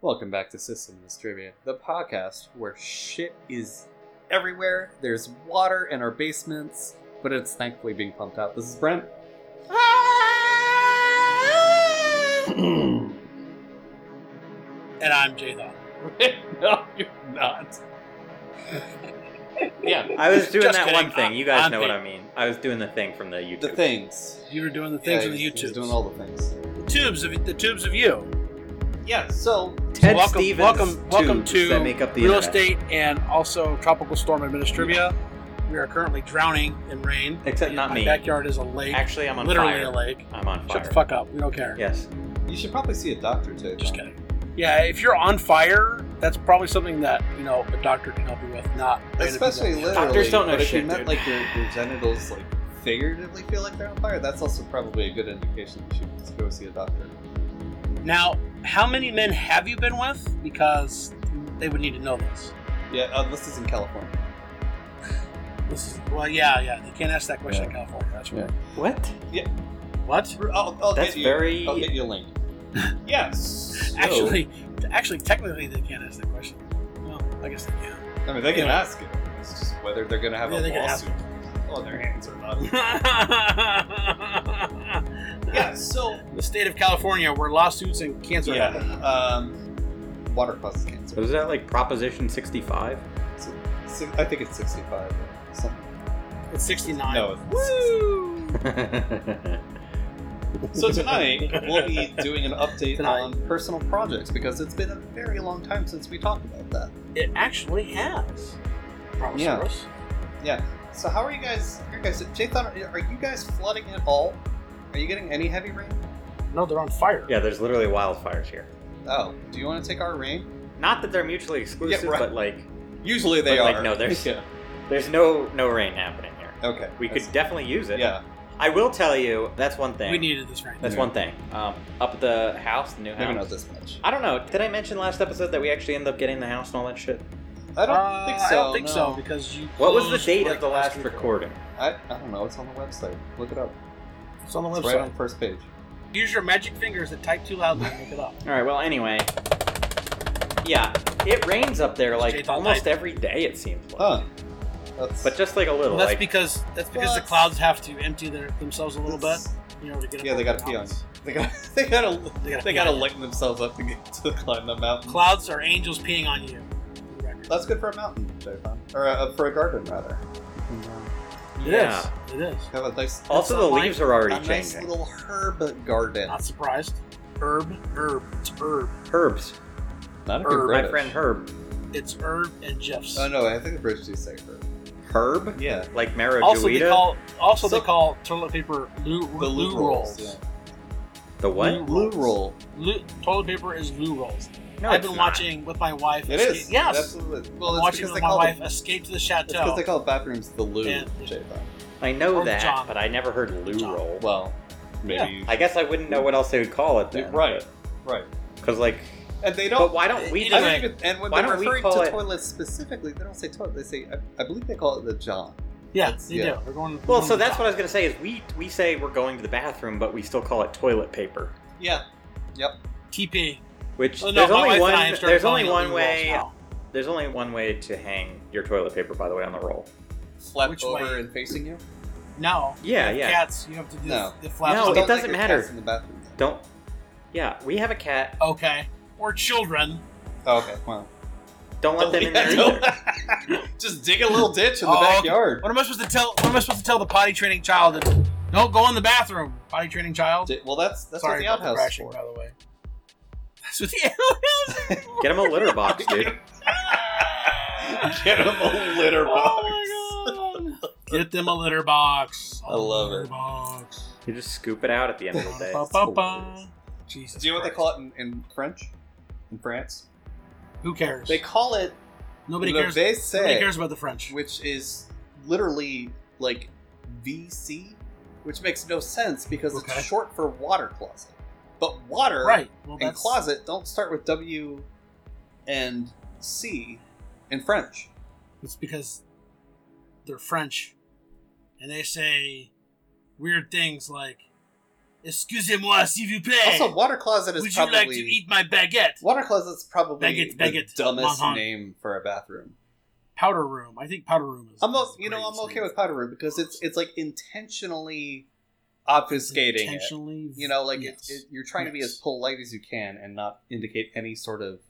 Welcome back to Systems Trivia, the podcast where shit is everywhere. There's water in our basements, but it's thankfully being pumped out. This is Brent. no, And I'm Jay Thon. you're not. yeah, I was doing Just that kidding. one thing. I- you guys I'm know what the- I mean. I was doing the thing from the YouTube. the things. You were doing the things on the he's- he's YouTube. doing all the things. the tubes of the tubes of you. Yeah, so Ted So welcome, Stevens. welcome, welcome tubes to that make up the real internet. estate and also tropical storm administrivia. We are currently drowning in rain. Except not My me. backyard is a lake, Actually, I'm on literally fire. a lake. I'm on fire. Shut the fuck up. We don't care. Yes. you should probably see a doctor too. Just Tom. kidding. Yeah, if you're on fire, that's probably something that you know a doctor can help you with. Not Especially literally. Doctors don't know but if shit, you meant dude. like your, your genitals like figuratively feel like they're on fire, that's also probably a good indication you should go see a doctor. Now, how many men have you been with? Because they would need to know this. Yeah, uh, this is in California. This is well, yeah, yeah. They can't ask that question in California. That's right. What? What? I'll, I'll That's get you, very. I'll get you a link. yes. Actually, actually, technically, they can't ask that question. Well, I guess they can. I mean they can yeah. ask it. It's just whether they're gonna have Yeah, a they can ask lawsuit on their hands or not. yeah. So the state of California, where lawsuits and cancer yeah. happen. Um, water causes cancer. Was that like Proposition 65? Si- I think it's sixty-five. Or something. It's 69. No, it's So tonight we'll be doing an update Tonight. on personal projects because it's been a very long time since we talked about that. It actually has. Promise Yeah. for us. Yeah. So how are you guys? Are you guys, Jathan, are you guys flooding at all? Are you getting any heavy rain? No, they're on fire. yeah, there's literally wildfires here. Oh, do you want to take our rain? Not that they're mutually exclusive, right. but like, Usually they But, like, are. no, there's- yeah. there's no no rain happening here. Okay. We could that's- definitely use it. Yeah. I will tell you, that's one thing. We needed this right That's Yeah. one thing. Um, up at the house, the new Maybe house. not this much. I don't know. Did I mention last episode that we actually ended up getting the house and all that shit? I don't Uh, think so. I don't think no. so because you. What was the closed date right of the last week. recording? I, I don't know. It's on the website. Look it up. It's on the It's website. right on the first page. Use your magic fingers to type too loudly and look it up. All right. Well, anyway, yeah, it rains up there Jay like Thon almost died. every day. It seems like, Huh. That's but just like a little. Well, that's like, because that's because Well, the it's- clouds have to empty their themselves a little bit, that's- you know, to get. Yeah, up they on gotta pee on the mountains. They got they gotta They gotta they pee gotta on you. lighten themselves up to get to climb the mountain. Clouds are angels peeing on you. That's good for a mountain, Jathan. or uh, for a garden rather. It yeah. is. It is. Have a nice Also, That's the not leaves are already a nice changing. little herb garden. Not surprised. Herb, herb, it's herb, Herbs. Not if herb, you're my My British. friend Herb. it's herb and Jeff's. Oh no, I think the British do say herb. Herb. Yeah. Like marrow also, they call also So- they call toilet paper loo, The loo, rolls. the what? Loo- Blue roll. Loo- toilet paper is loo rolls. No, I've it's been not. watching with my wife. It escape- is. Yes. Absolutely. Well, it's because watching with they my call wife The, escape to the it's because chateau. they call bathrooms the loo, Yeah. Jathan. I know Or that, John. but I never heard loo John. roll. Well, Yeah. maybe. I guess I wouldn't know what else they would call it then. right. Right. Because like, And they but don't. why don't we? It- do I Either don't way, even, and when why they're don't we referring call to it- toilets specifically, they don't say toilet. They say, I, I believe they call it the John. yeah, That's- they yeah. do. We're going. we're Well, going so to the that's what I was top. gonna say is we we say we're going to the bathroom, but we still call it toilet paper. Yeah. TP. Which Oh, no, there's my only wife and I one have started there's only calling it one loo way rolls now. there's only one way to hang your toilet paper. By the way, on the roll. Flap Which over way? and facing you. No. Yeah, yeah. Cats, you have to do No. the flaps. No, Just it don't let doesn't your matter. cats In the bathroom. Don't. Yeah, we have a cat. Okay. Or children. Oh, okay. Well. Don't let them in there Yeah, either. don't- Just dig a little ditch in the Oh, okay. backyard. What am I supposed to tell? What am I supposed to tell the potty training child? That, don't go in the bathroom, potty training child. Di- Well, that's that's Sorry what about the the outhouse is crashing, for. by the way. That's what the outhouse. is for. Get him a litter box, dude. Get him a litter box. Oh my god. Get them a litter box. I love litter it. Box. You just scoop it out at the end of the day. Ba, ba, ba. Jesus. Do you know what they Christ. call it in, in French? In France, Who cares? they call it nobody le cares. WC, Nobody cares about the French. which is literally like VC, which makes no sense because Okay. it's short for water closet. But water Right. Well, and that's closet don't start with W and C in French. It's because they're French, and they say weird things like Excusez-moi, s'il vous plaît. Also, water closet is Would you probably like to eat my baguette? water closet's probably Baguette, the baguette, dumbest maman. name for a bathroom. Powder room. I think powder room is. I'm o- is the you know I'm greatest okay name. with powder room because it's it's like intentionally obfuscating it. Intentionally, You know, like yes. it, it, you're trying to be Yes. as polite as you can and not indicate any sort of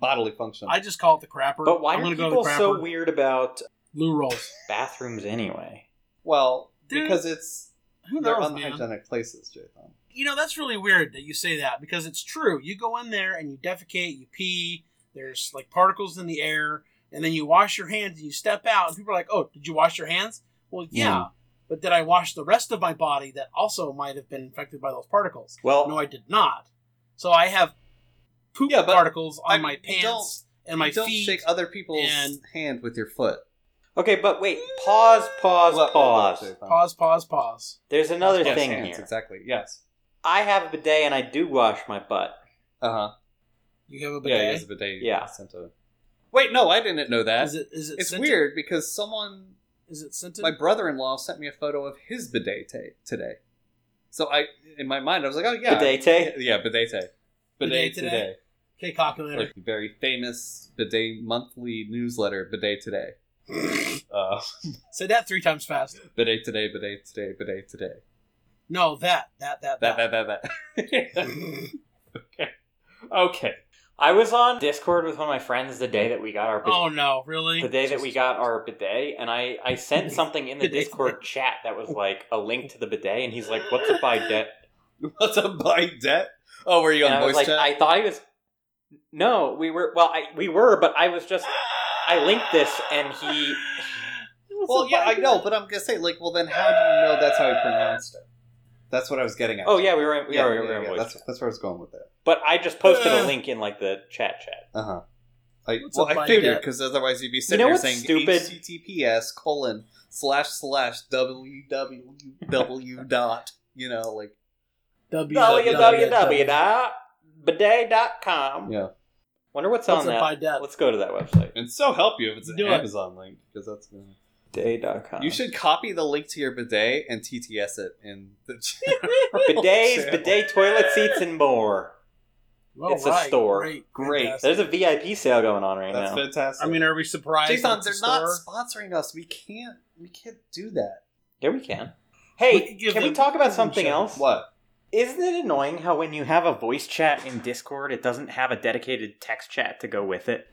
bodily function. I just call it the crapper. But why I'm are gonna people go to the crapper. so weird about Lou rolls. bathrooms anyway? well, Dude, because it's Who they're knows, man? unhygienic places, Jathan. you know that's really weird that you say that because it's true you go in there and you defecate you pee there's like particles in the air and then you wash your hands and you step out and people are like oh did you wash your hands well yeah Hmm. but did i wash the rest of my body that also might have been infected by those particles Well, no i did not so i have poop Yeah, but particles on I my mean, you pants and my you don't feet shake other people's and- hand with your foot. okay, but wait. Pause, pause, Well, pause. Jathan. pause pause pause There's another Yes, thing hands, here. Exactly. Yes. I have a bidet and I do wash my butt. Uh huh. you have a Yeah, bidet it is a bidet. Yeah. Sent to... Wait, no, I didn't know that. is it is it it's scented? weird because someone, is it scented my brother-in-law, sent me a photo of his bidet ta- today. So I, in my mind, I was like, oh yeah, Bidet day. yeah, bidet today, bidet Bidet today? today, okay calculator like the very famous bidet monthly newsletter, bidet today, uh, say that three times fast bidet today, bidet today, bidet today, No, that, that, that, that that. that that that. okay, okay. I was on Discord with one of my friends the day that we got our bidet. Oh no, really? the day that we got our bidet, and I, I sent something in the Discord chat that was like a link to the bidet, and he's like, "What's a bidet?" What's a bidet? Oh, were you on And I was voice like, chat? "I thought he was." No, we were. Well, I, we were, but I was just. I linked this, and he. Well, yeah, I know, but I'm gonna say, like, well, then how do you know that's how he pronounced it? That's what I was getting at. Oh yeah, we were. We yeah, were, we yeah, were in yeah, voice that's chat. that's where I was going with that. But I just posted a link in like the chat chat. Uh huh. I, What's well, up, I my figured dad? because otherwise you'd be sitting Uh-huh. know here what's saying stupid? HTTPS colon slash slash www dot you know like W www.bidet.com. yeah Wonder what's What's on a that. bidet? Let's go to that website. and so help you if it's an Do it. Amazon link because that's gonna... Uh-huh. Bidet.com. you should copy the link to your bidet and TTS it in the bidets, channel. bidet toilet seats, and more. All It's a right, store. Great, Great. fantastic. There's a VIP sale going on right that's now. fantastic I mean, are we surprised? that Jason it's a they're not store? sponsoring us we can't we can't do that Yeah, we can. We Hey, could give can we them- talk give about them something shit. else? what Isn't it annoying how when you have a voice chat in Discord, it doesn't have a dedicated text chat to go with it?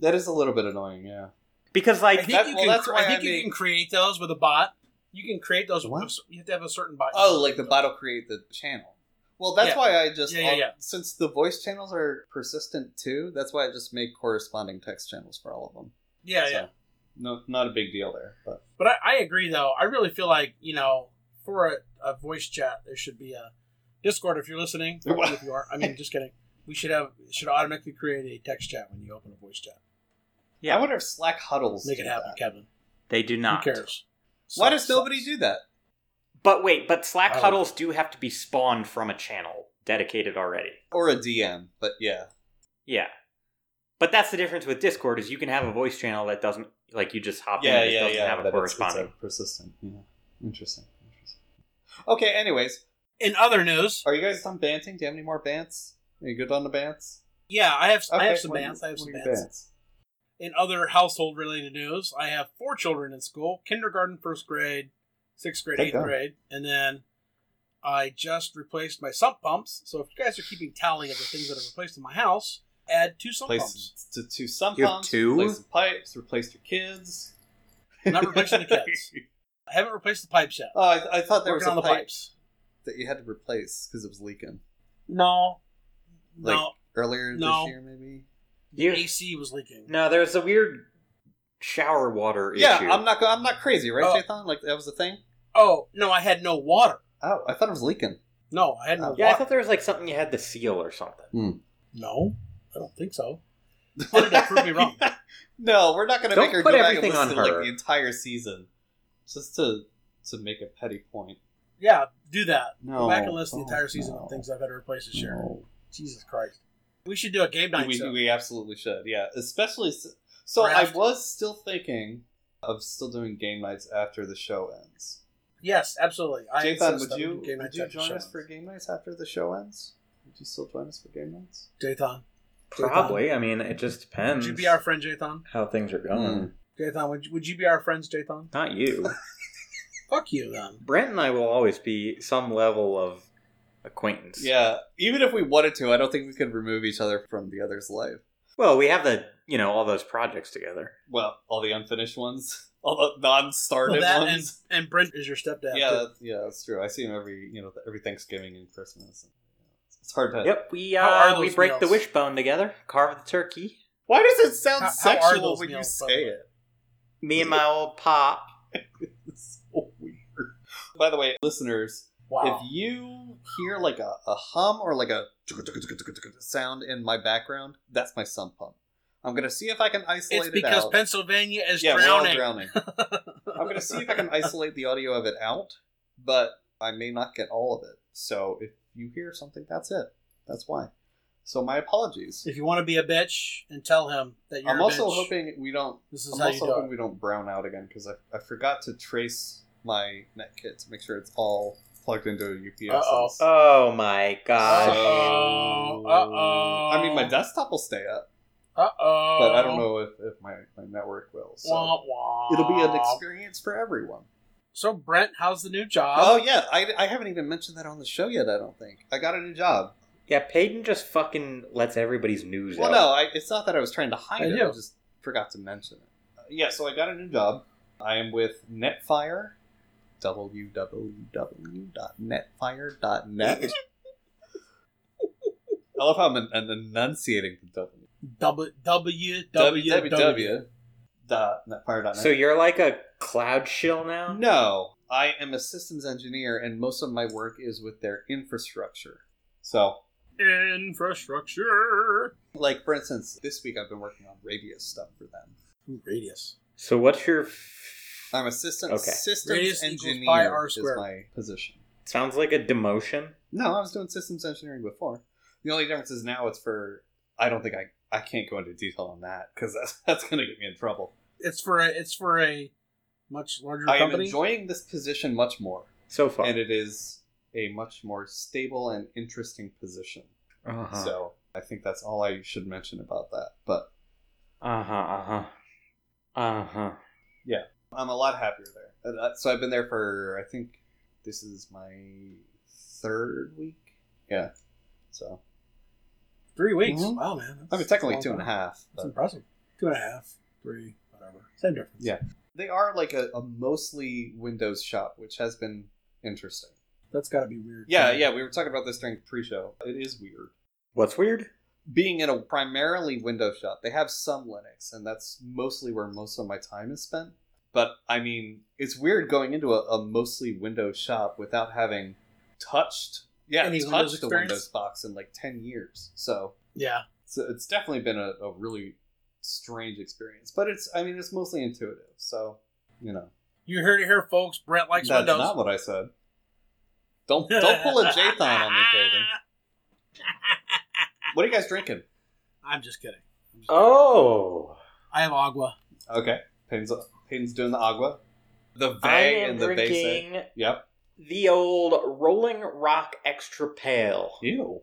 That is a little bit annoying, yeah. Because I like, think that- you well, can. that's cre- why I think I you make- can create those with a bot. You can create those. What? With, you have to have a certain bot. Oh, like the bot will create the channel. Well, that's Yeah. why I just Yeah, yeah, yeah. since the voice channels are persistent too, that's why I just make corresponding text channels for all of them. Yeah, yeah. No, not a big deal there, but But I, I agree, though. I really feel like you know, for a, a voice chat, there should be a Discord. If you're listening, What? if you are, I mean, just kidding. We should have should automatically create a text chat when you open a voice chat. yeah, I wonder if Slack huddles Make do it happen, that. Kevin. they do not. Who cares? Why Sucks, does nobody sucks. do that? But wait, but Slack Oh. huddles do have to be spawned from a channel dedicated already. Or a DM, but yeah. Yeah. But that's the difference with Discord is you can have a voice channel that doesn't like you just hop in and it doesn't have a but it's- it's corresponding. a persistent. Yeah. Interesting. Interesting. Okay, anyways, In other news, are you guys done banting? Do you have any more bants? Are you good on the bants? yeah, I have I Okay, have some when- bands. I have some when you bands. bants. In other household related news, I have four children in school: kindergarten, first grade, sixth grade, Good eighth God. grade, and then I just replaced my sump pumps. So if you guys are keeping tally of the things that I've replaced in my house, add two sump pumps. Place to, to some You have pumps, two? replace some pipes, replace your kids. I'm not replacing the kids. I haven't replaced the pipes yet. Oh, I, I thought there Working on the was a pipe pipes. that you had to replace because it was leaking No, Like- no, earlier No. this year, maybe. You- the AC was leaking. No, there's a weird shower water Yeah, issue. I'm not. go- I'm not crazy, right, Oh. Jathan? Like that was the thing. Oh no, I had no water. Oh, I thought it was leaking. No, I Uh, had no Yeah, I water. thought there was like something you had to seal or something. No, I don't think so. Why did that prove me wrong? No, we're not going to Don't make her put go back and everything listen on to like her. the entire season just to to make a petty point. Yeah, do that. No, Go back and listen to Oh, the entire season no. of things I've had to replace this year. No. Jesus Christ. We should do a game night. we, show. we absolutely should yeah especially s- so i Draft. was still thinking of still doing game nights after the show ends Yes, absolutely. I Jathan, insist would that we you do game would nights you after join show. us for game nights after the show ends? Would you still join us for game nights? Jathan? Probably. I mean, it just Would depends you be our Hmm. friend, Jathan? how things are going. Mm. Jathan, would you, would you be our friends, Jathan? Not you. Fuck you, then. Brent and I will always be some level of acquaintance. Yeah, even if we wanted to, I don't think we could remove each other from the other's life. Well, we have the you know all those projects together. Well, all the unfinished ones, all the non-started Well, that and, ones. and Brent is your stepdad. yeah, too. that's, yeah, that's true. I see him every you know every Thanksgiving and Christmas. It's hard to. Yep, we How are uh, we those break the meals? wishbone together, carve the turkey. Why does it sound How- how are sexual those when you meals, by say the it? Me and my old pop. It's so weird. By the way, listeners, Wow. If you hear like a, a hum or like a sound in my background, that's my sump pump. I'm gonna see if I can isolate It's it because out. Pennsylvania is yeah, we're all drowning. drowning. I'm gonna see if I can isolate the audio of it out, but I may not get all of it. So if you hear something, that's it. That's why. So my apologies. If you want to be a bitch and tell him that you're I'm a also bitch, hoping we don't. this is I'm how you also do hoping it. we don't brown out again because I, I forgot to trace my net kit to make sure it's all plugged into a UPS. Uh-oh. Oh my gosh. Uh, Uh-oh, uh-oh. I mean, my desktop will stay up, Uh oh. but I don't know if, if my, my network will. So it'll be an experience for everyone. So Brent, how's the new job? Oh yeah, I, I haven't even mentioned that on the show yet. I don't think I got a new job. Yeah, Peyton just fucking lets everybody's news Well, out. no, I, it's not that I was trying to hide I it. I do. just forgot to mention it. Uh, yeah, so I got a new job. I am with Netfire, www.netfire.net. I love how I'm en- en- enunciating the W. W W W W. www.netfire.net. So you're like a cloud shill now? no, I am a systems engineer, and most of my work is with their infrastructure. So, Infrastructure. like for instance, this week I've been working on Radius stuff for them. Ooh, radius. So what's your f- I'm assistant Okay. systems Radius equals engineer pi r is squared. my position. sounds like a demotion? No, I was doing systems engineering before. The only difference is now it's for. I don't think I I can't go into detail on that because that's that's gonna get me in trouble. It's for a. It's for a much larger I am company. enjoying this position much more, So far. and it is a much more stable and interesting position. uh-huh. So I think that's all I should mention about that. But uh-huh. Uh-huh. Uh-huh. I'm a lot happier there. And, uh, So I've been there for I think this is my third week. Yeah. So Three weeks. Mhm. Wow, man. That's, I mean technically two and a half. That's But impressive. Two and a half, three, whatever. Same difference. Yeah. they are like a, a mostly Windows shop, which has been interesting. That's got to be weird. Yeah, yeah, we were talking about this during pre-show. It is weird What's weird? being in a primarily Windows shop. They have some Linux, and that's mostly where most of my time is spent. But I mean, it's weird going into a, a mostly Windows shop without having touched yeah Any touched Windows the experience? Windows box in like ten years. So Yeah. so it's definitely been a, a really strange experience. But it's I mean it's mostly intuitive. So you know You heard it here, folks. Brent likes that's Windows. not what I said. Don't don't pull a Jathan on me, Caden. What are you guys drinking? I'm just kidding. I'm just kidding. Oh. I have agua. Okay. Payne's, Payne's doing the agua. The they and the they say. Yep. the old Rolling Rock Extra Pale. Ew.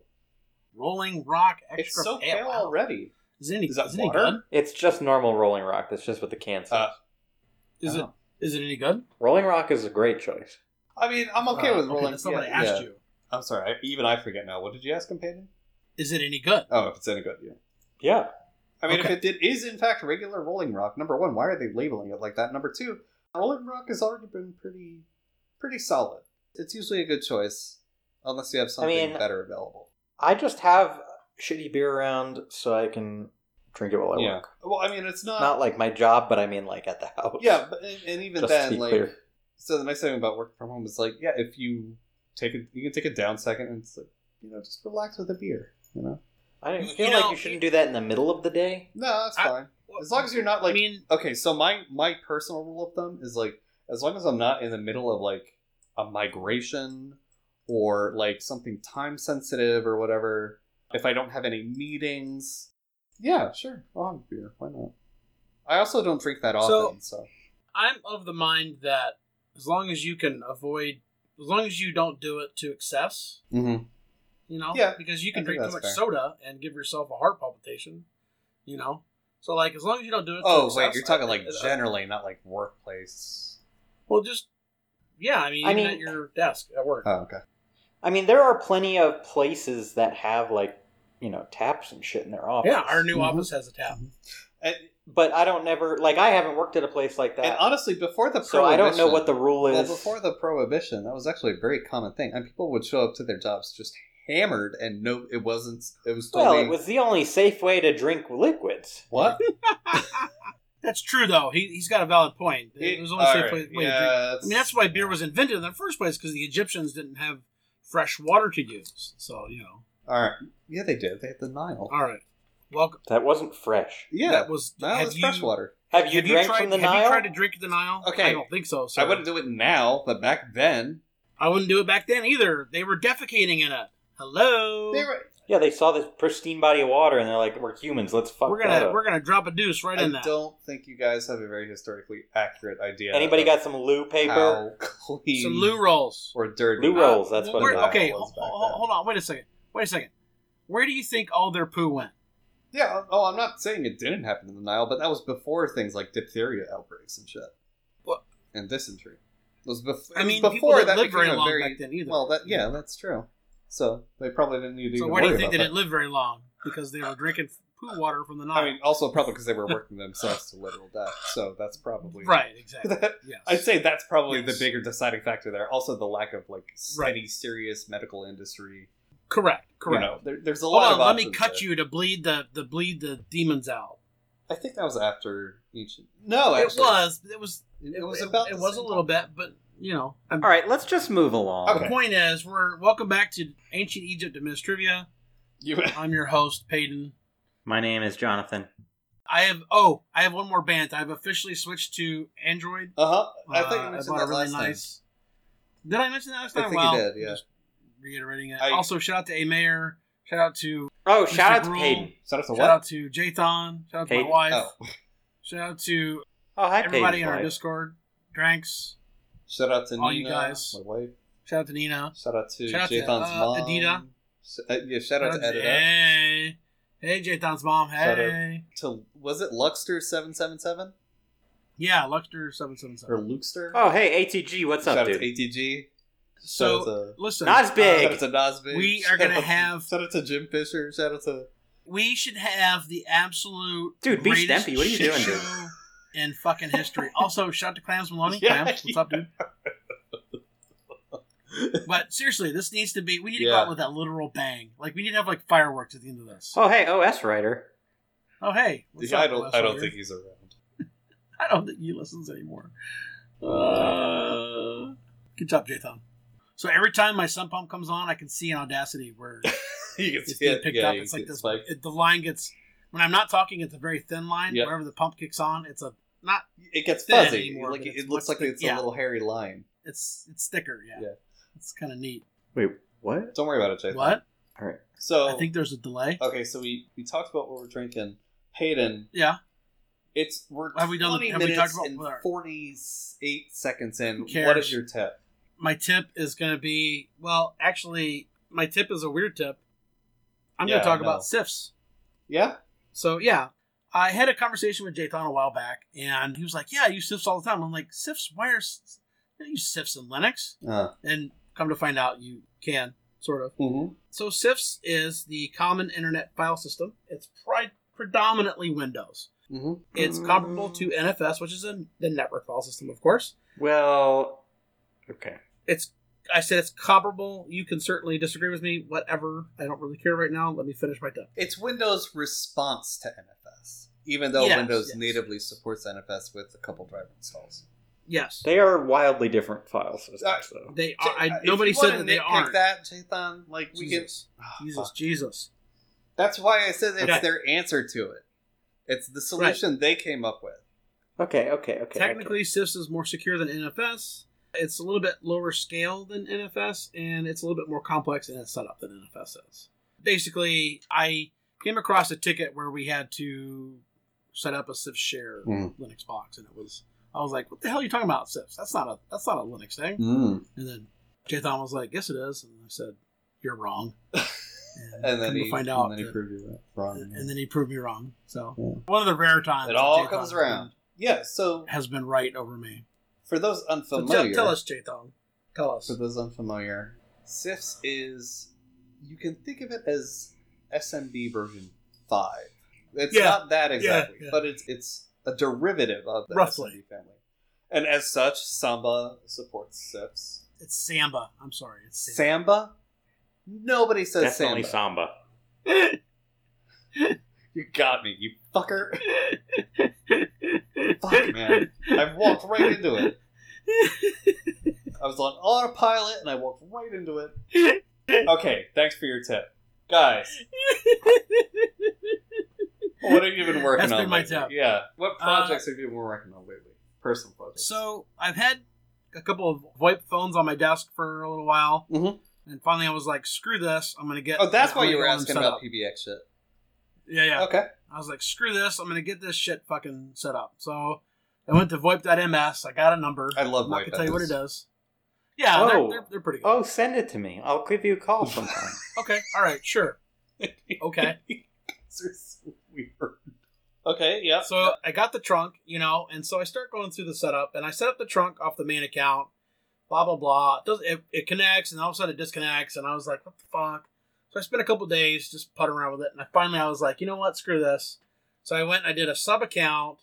Rolling Rock extra It's so pale. pale already. Is it any, Is that it any water? good? It's just normal Rolling Rock. That's just what the can says. Uh, Is I it don't is it any good? Rolling Rock is a great choice. I mean, I'm okay Uh, with rolling. That's not what I yeah, asked yeah. you. I'm sorry. I, even I forget now. What did you ask him, Peyton? Is it any good? Oh, if it's any good, yeah. Yeah. I mean, Okay. if it did, is in fact regular Rolling Rock, number one, why are they labeling it like that? Number two, Rolling Rock has already been pretty, pretty solid. It's usually a good choice, unless you have something mean- better available. I just have shitty beer around so I can drink it while I Yeah. work. Well, I mean, it's not. Not like my job, but I mean like at the house. yeah, but, and- and even Just to then, be like, clear. so the nice thing about working from home is like, yeah, if you take a, you can take a down second and it's like, you know, just relax with a beer, you know. I You feel know- like you shouldn't do that in the middle of the day. No, that's I- fine. As long as you're not, like- I mean, Okay, so my my personal rule of thumb is like, as long as I'm not in the middle of like a migration or like something time sensitive or whatever, if I don't have any meetings, yeah, sure, I'll have a beer. Why not? I also don't drink that So- often, so, I'm of the mind that as long as you can avoid, as long as you don't do it to excess, Mm-hmm. you know? Yeah, Because you I can think drink too that's much fair. soda and give yourself a heart palpitation, you know? So, like, as long as you don't do it to Oh wait, excess, you're I- talking like I- I- generally, not like workplace. Well, just, yeah, I mean, I even mean- at your desk at work. Oh okay. I mean, there are plenty of places that have like you know taps and shit in their office. yeah, our new Mhm. office has a tap. And, But I don't never like I haven't worked at a place like and that, honestly, before the so I don't know prohibition- what the rule is. Well, before the prohibition, that was actually a very common thing, and people would show up to their jobs just hammered, and no, it wasn't. It was well, totally it was the only safe way to drink liquids. what? That's true, though. He, he's got a valid point. It was only safe All way, right, way to yeah, drink. that's- I mean, that's why beer was invented in the first place because the Egyptians didn't have fresh water to use. So, you know. All right, yeah, they did. They had the Nile. All right. Welcome. That wasn't fresh. Yeah, That was. Nile have is you, freshwater. Have you Have you, drank tried, from the have Nile? you tried to drink the Nile? Okay. I don't think so. so I wouldn't do it now, but back then, I wouldn't do it back then either. They were defecating in it. Hello. they were, Yeah, they saw this pristine body of water and they're like, "We're humans. Let's fuck we're that gonna up." we're gonna drop a deuce right in I that. don't think you guys have a very historically accurate idea. Anybody of got some loo paper? how clean Some loo rolls. or dirty? Lou rolls, that's what where- Nile Okay, was ho- back ho- then. hold on. Wait a second. Wait a second. Where do you think all their poo went? Yeah. Oh, I'm not saying it didn't happen in the Nile, but that was before things like diphtheria outbreaks and shit. Well- And dysentery. It was, bef- I it was mean, people before didn't that live very became a long very back then either. well. That yeah, that's true. So they probably didn't need to. So even why do you worry think they about didn't live very long? Because they were drinking poo water from the that. Nile. I mean, also probably because they were working themselves to literal death. So that's probably right, exactly. Yes. I'd say that's probably Yes. the bigger deciding factor there. Also, the lack of like s- Right. any serious medical industry. correct, You correct. know, there, there's a Hold lot on, of. let me options cut there. you to bleed the the bleed the demons out. I think that was after ancient. No, it actually, was it was Oh, It, was about. it the was a same little time. bit, but you know, I'm, All right, let's just move along. The Okay. point is, we're welcome back to Ancient Egypt and Miss Trivia. You, I'm your host, Peyton. My name is Jonathan. I have oh, I have one more band. I've officially switched to Android. Uh-huh. I Uh, thought you mentioned bought that a really last time. nice. Did I mention that last I time? think you well, did, yeah. just reiterating it. I- also, shout out to A Mayor. Shout out to Oh, Mr. shout out to Gruel. Peyton. Shout out to shout what? out to Jathan. Shout out to my Peyton. wife. Oh. Shout out to Oh, hi, everybody Peyton's in our wife. Discord. Dranks. Shout out to All you Nina, guys. my wife. Shout out to Nina. Shout out to Shout out to, Jathan's uh, mom. Adida. Sh- uh, yeah, shout out to Edita. Hey, hey, Jathan's mom. Shout out- Hey, To was it Luxter seven seven seven yeah, Luxter seven seven or seven. Luxter? Oh, hey, ATG, what's shout up, out to dude? ATG. So, shout out to, Listen, uh, Nas Big. shout out to Nasby. we are Shout gonna out to- have- Shout out to Jim Fisher. Shout out to we should have the absolute Dude, be greatest Stempy. What are you shit doing, dude? show In fucking history. Also, shout out to Clams Maloney. Yeah, Clams, what's up, dude? But seriously, this needs to be. We need to go Yeah. out with that literal bang. Like we need to have like fireworks at the end of this. Oh, Oh, hey, OS writer. hey, what's Yeah, I up, don't. Les I don't Ryder? think he's around. I don't think he listens anymore. Uh, good job, J Thumb. So every time my sun pump comes on, I can see in Audacity where you can it's see being it. picked yeah, up. you It's can like see this. Like, It, the line gets when I'm not talking. It's a very thin line. Yep. Wherever the pump kicks on, it's a not. it gets thin fuzzy. anymore, like, but it it's looks much like thick- it's yeah. a little hairy line. It's it's thicker. Yeah. Yeah. It's kind of neat. Wait, what? Don't worry about it, Jathan. What? All right. So I think there's a delay. Okay, so we we talked about what we're drinking. Hayden, yeah. it's we're Have we done- 20 have we minutes talked about and what our- 48 seconds in. Who What cares? is your tip? My tip is going to be well. Actually, my tip is a weird tip. I'm going Yeah, to talk no. about SIFs. Yeah, So yeah, I had a conversation with Jathan a while back, and he was like, "Yeah, I use SIFs all the time." I'm like, "SIFs? Why are s- you don't use SIFs in Linux?" uh, And come to find out, you can sort of. mm-hmm. So SIFS is the Common Internet File System. It's pri- predominantly Windows. Mm-hmm. It's comparable to NFS, which is a, the network file system, of course. Well, okay. It's I said it's comparable. You can certainly disagree with me, whatever. I don't really care right now. Let me finish my tip. It's Windows response to NFS, even though Yes, Windows yes. natively supports NFS with a couple driver installs. Yes, They are wildly different file systems, though. they are. I, uh, If nobody you said wanna that they nitpick aren't. that, Jathan. Like we can. Jesus, Oh, Ah, Jesus, fuck. Jesus. That's why I said it's Okay. their answer to it. It's the solution they came up with. Okay, okay, okay. Technically, SIFS is more secure than NFS. It's a little bit lower scale than NFS, and it's a little bit more complex in its setup than NFS is. Basically, I came across a ticket where we had to set up a SIF share Mhm. Linux box, and it was I was like, "What the hell are you talking about, Sips? That's not a that's not a Linux thing." Mm. And then Jay Thom was like, "Yes, it is." And I said, "You're wrong." And then come to he, find out, and then he that- proved you wrong. and then he proved me wrong. So Yeah. one of the rare times It that all Jay comes Thom around. yeah. So Has been right over me. for those So unfamiliar, tell, tell us, Jay Thom. Tell us. For those unfamiliar, SIFS is you can think of it as SMB version five. It's Yeah. not that exactly, yeah. but it's it's a derivative of the Roughly. SMB family. And as such, Samba supports SIFS. It's Samba. I'm sorry. It's Samba. Samba? Nobody says Definitely Samba. Samba. You got me, you fucker. Fuck man. I walked right into it. I was on autopilot and I walked right into it. Okay, thanks for your tip. Guys, what have you been working That's on? been my lately? job. Yeah. What projects have you been working on lately? Personal projects. So I've had a couple of VoIP phones on my desk for a little while, Mhm. and finally I was like, "Screw this! I'm gonna get." oh, that's I'm why gonna you were go and asking set about up. PBX shit. Yeah, yeah. Okay. I was like, "Screw this! I'm gonna get this shit fucking set up." So I went to VoIP.ms. I got a number. I love I'm not white gonna tell you what it peppers. does. Yeah, they're- Oh. they're, they're pretty good. Oh, send it to me. I'll give you a call sometime. Okay, all right, sure. Okay. It's just weird. Okay, yeah. So I got the trunk, you know, and so I start going through the setup, and I set up the trunk off the main account. Blah blah blah. It does it, it connects, and all of a sudden it disconnects, and I was like, "What the fuck?" So I spent a couple days just putting around with it, and I finally I was like, "You know what? Screw this." So I went, and I did a sub account,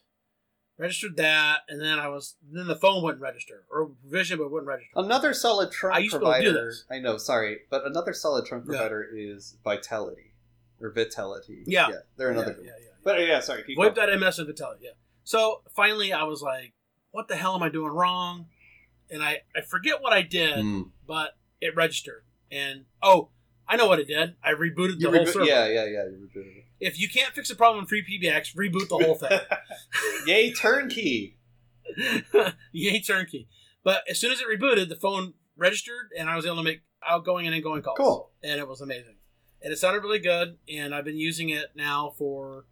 registered that, and then I was then the phone wouldn't register or provision, but wouldn't register. another solid trunk I used to be able to do provider. this. I know, sorry, but another solid trunk Yeah. provider is Vitality or Vitality. Yeah. they're another. Yeah, good yeah, one. yeah, yeah. But uh, yeah, sorry. Keep going. Wipe.ms and Vitelli, yeah. So finally I was like, what the hell am I doing wrong? And I, I forget what I did, Mm. but it registered. And oh, I know what it did. I rebooted the You whole rebo- server. yeah, yeah, yeah. You rebooted it. If you can't fix a problem in free PBX, reboot the whole thing. Yay, turnkey. Yay turnkey. But as soon as it rebooted, the phone registered and I was able to make outgoing and ingoing calls. Cool. And it was amazing. And it sounded really good and I've been using it now for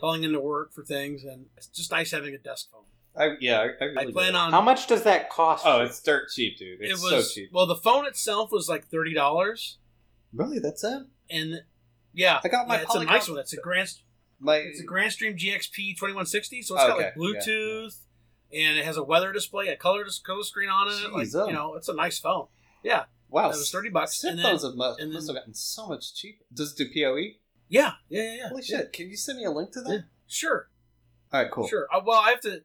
calling into work for things and it's just nice having a desk phone. I yeah. I, I, really I plan do. on How much does that cost? Oh, it's dirt cheap, dude. It's it was so cheap. well the phone itself was like thirty dollars Really, that's it. and yeah I got my yeah, it's a Polycom- nice one it's a grand My it's a grand stream gxp 2160 so it's got Okay, like yeah, bluetooth and it has a weather display a color, dis- color screen on it like Jeez, oh. you know it's a nice phone wow, it was 30 bucks Sip and then, phones have must, and must then- have gotten so much cheaper. Does it do PoE? yeah yeah yeah yeah Holy yeah. shit! Can you send me a link to that? Yeah. sure All right, cool. sure uh, well i have to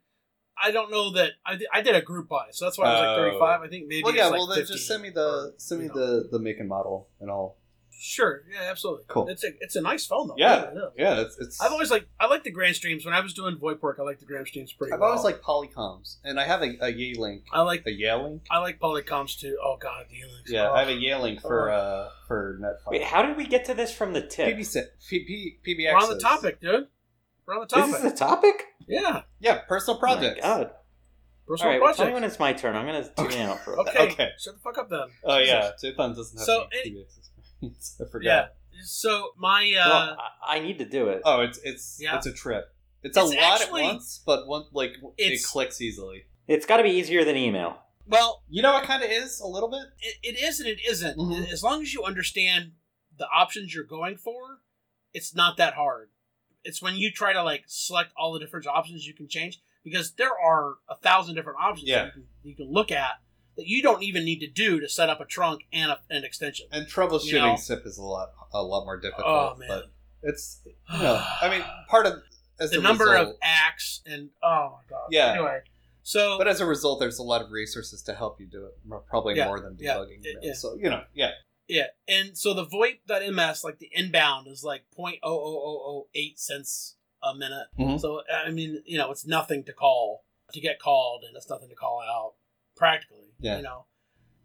I don't know that I, di- I did a group buy, so that's why I was like Oh. 35. I think maybe. Well, yeah. it's like well, then 50, just send me the or, send me you know. the the make and model and all. Sure, yeah, absolutely. Cool. It's a it's a nice phone though. Yeah. it is. Yeah, it's. it's I've always like I like the grand streams. When I was doing VoIP work, I like the grand streams pretty. I've well. always liked Polycoms, and I have a, a Yay link, I like a Yale link. I like polycoms too. Oh god, the aliens. Yeah, Oh. I have a Yale link for uh for Netflix. Wait, how did we get to this from the tip? PB, si- P- P- PBX. We're on the topic, dude. We're on the This is topic. the topic? Yeah, Yeah, personal projects. Oh my God. All personal right, well, tell me project. when it's my turn. I'm going to tune out for a bit. okay. Okay. shut the fuck up then. Oh yeah, Jathan doesn't have So, any it- PBX experience. I forgot. Yeah. So my uh, Well, I, I need to do it. Oh, it's it's Yeah. it's a trip. It's, It's a lot actually- at once, but one like it It's- clicks easily. It's got to be easier than email. well, You know, it kind of is a little bit. it, it is and it isn't. Mhm. As long as you understand the options you're going for, it's not that hard. It's when you try to like select all the different options you can change because there are a thousand different options Yeah. you, can, you can look at that you don't even need to do to set up a trunk and a, an extension. And troubleshooting You know. SIP is a lot a lot more difficult. Oh man. but it's you know, I mean, part of as the a number of result- acts and oh my god. Yeah. Anyway, so But as a result, there's a lot of resources to help you do it, mo- probably Yeah, more than yeah, debugging. yeah, email. yeah. So you know, yeah, yeah, and so the VoIP.ms like the inbound is like point oh oh oh oh eight cents a minute. Mhm. So I mean, you know, it's nothing to call to get called, and it's nothing to call out practically. Yeah. You know,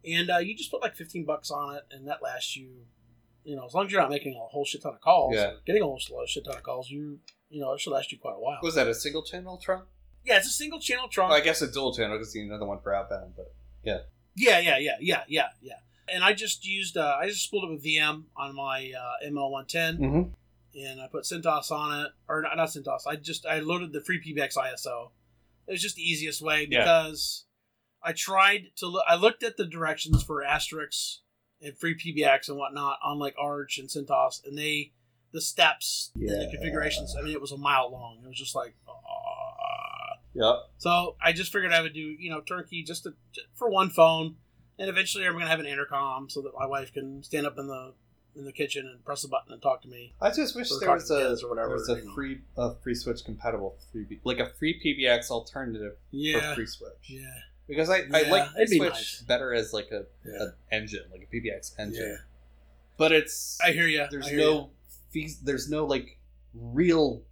and uh, you just put like fifteen bucks on it, and that lasts you. You know, as long as you're not making a whole shit ton of calls, Yeah. or getting a whole shit ton of calls, you you know, it should last you quite a while. was that a single channel trunk? Yeah, it's a single channel trunk. Well, I guess a dual channel because you need another one for outbound. But Yeah, yeah, yeah, yeah, yeah, yeah. And I just used, uh, I just spooled up a VM on my uh, ML110 Mhm. and I put CentOS on it, or not, not CentOS. I just I loaded the free PBX ISO It was just the easiest way Yeah. because I tried to look. I looked at the directions for Asterix and Free PBX and whatnot on like Arch and CentOS, and they the steps and the Yeah. configurations. I mean, it was a mile long. It was just like. ah. Yep. So I just figured I would do, you know, turnkey just to, j- for one phone, and eventually I'm gonna have an intercom so that my wife can stand up in the in the kitchen and press a button and talk to me. I just wish Or there was Cotton a Kids or whatever, there was a you know. free a free Switch compatible free B- like a free PBX alternative for Yeah, free Switch yeah, because I, I Yeah, like free it'd be Switch nice. better as like a, yeah. a engine like a PBX engine, Yeah. but it's I hear you. there's no fees, there's no like real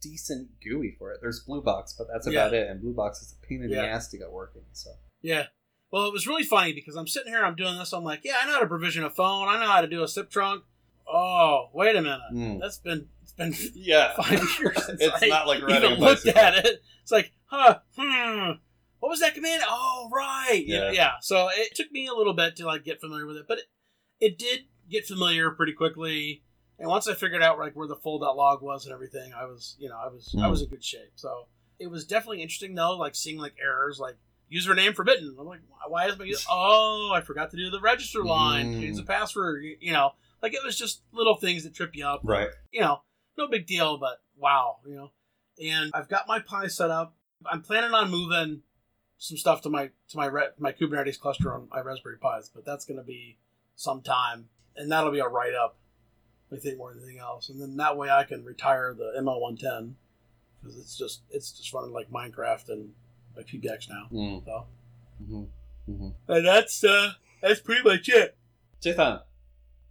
decent GUI for it. There's Blue Box, but that's Yeah. about it. And Blue Box is a pain in Yeah. the ass to get working. So Yeah. Well, it was really funny because I'm sitting here, I'm doing this, I'm like, yeah, I know how to provision a phone, I know how to do a SIP trunk. Oh, wait a minute, Mm. that's been it's been yeah, five years since it's I not like riding a even looked bicycle. at it. It's like, huh, hmm, what was that command? Oh, right, You know, Yeah. yeah. So it took me a little bit to like get familiar with it, but it, it did get familiar pretty quickly. And once I figured out like where the full.log was and everything, I was, you know, I was, I Mm. was in good shape. So it was definitely interesting though, like seeing like errors like username forbidden. I'm like, why- why is my us- oh, I forgot to do the register line, Mm. change the password, you- you know. Like it was just little things that trip you up Right. you know, no big deal, but wow, you know. And I've got my Pi set up. I'm planning on moving some stuff to my to my re- my Kubernetes cluster on my Raspberry Pis, but that's going to be some time, and that'll be a write up. I think more than anything else, and then that way I can retire the ML110 because it's just it's just running like Minecraft and my PBX now. Mm. So. hmm hmm And that's uh that's pretty much it. Jathan,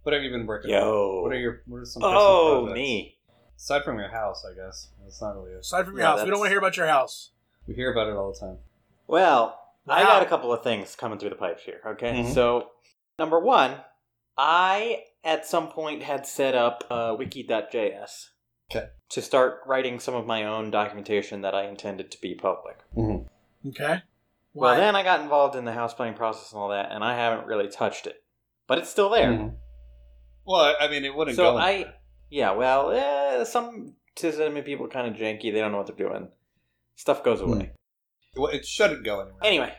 what have you been working? on? Yo. What are your what are some personal Oh, projects? me. Aside from your house, I guess. That's not really it. Aside from your Yeah, house, we don't that's- want to hear about your house. We hear about it all the time. Well, I Wow. Mm-hmm. got a couple of things coming through the pipes here, okay? Mhm. So, number one, I at some point had set up uh, wiki.js Okay. to start writing some of my own documentation that I intended to be public. Okay. Why? Well, then I got involved in the house playing process and all that, and I haven't really touched it. But it's still Mm-hmm. there. Mhm. Well, I- I mean, it wouldn't So go. I, yeah, well, eh, some sysadmin people kind of janky. They don't know what they're doing. Stuff goes Mm. away. Well, it shouldn't go anywhere. Anyway,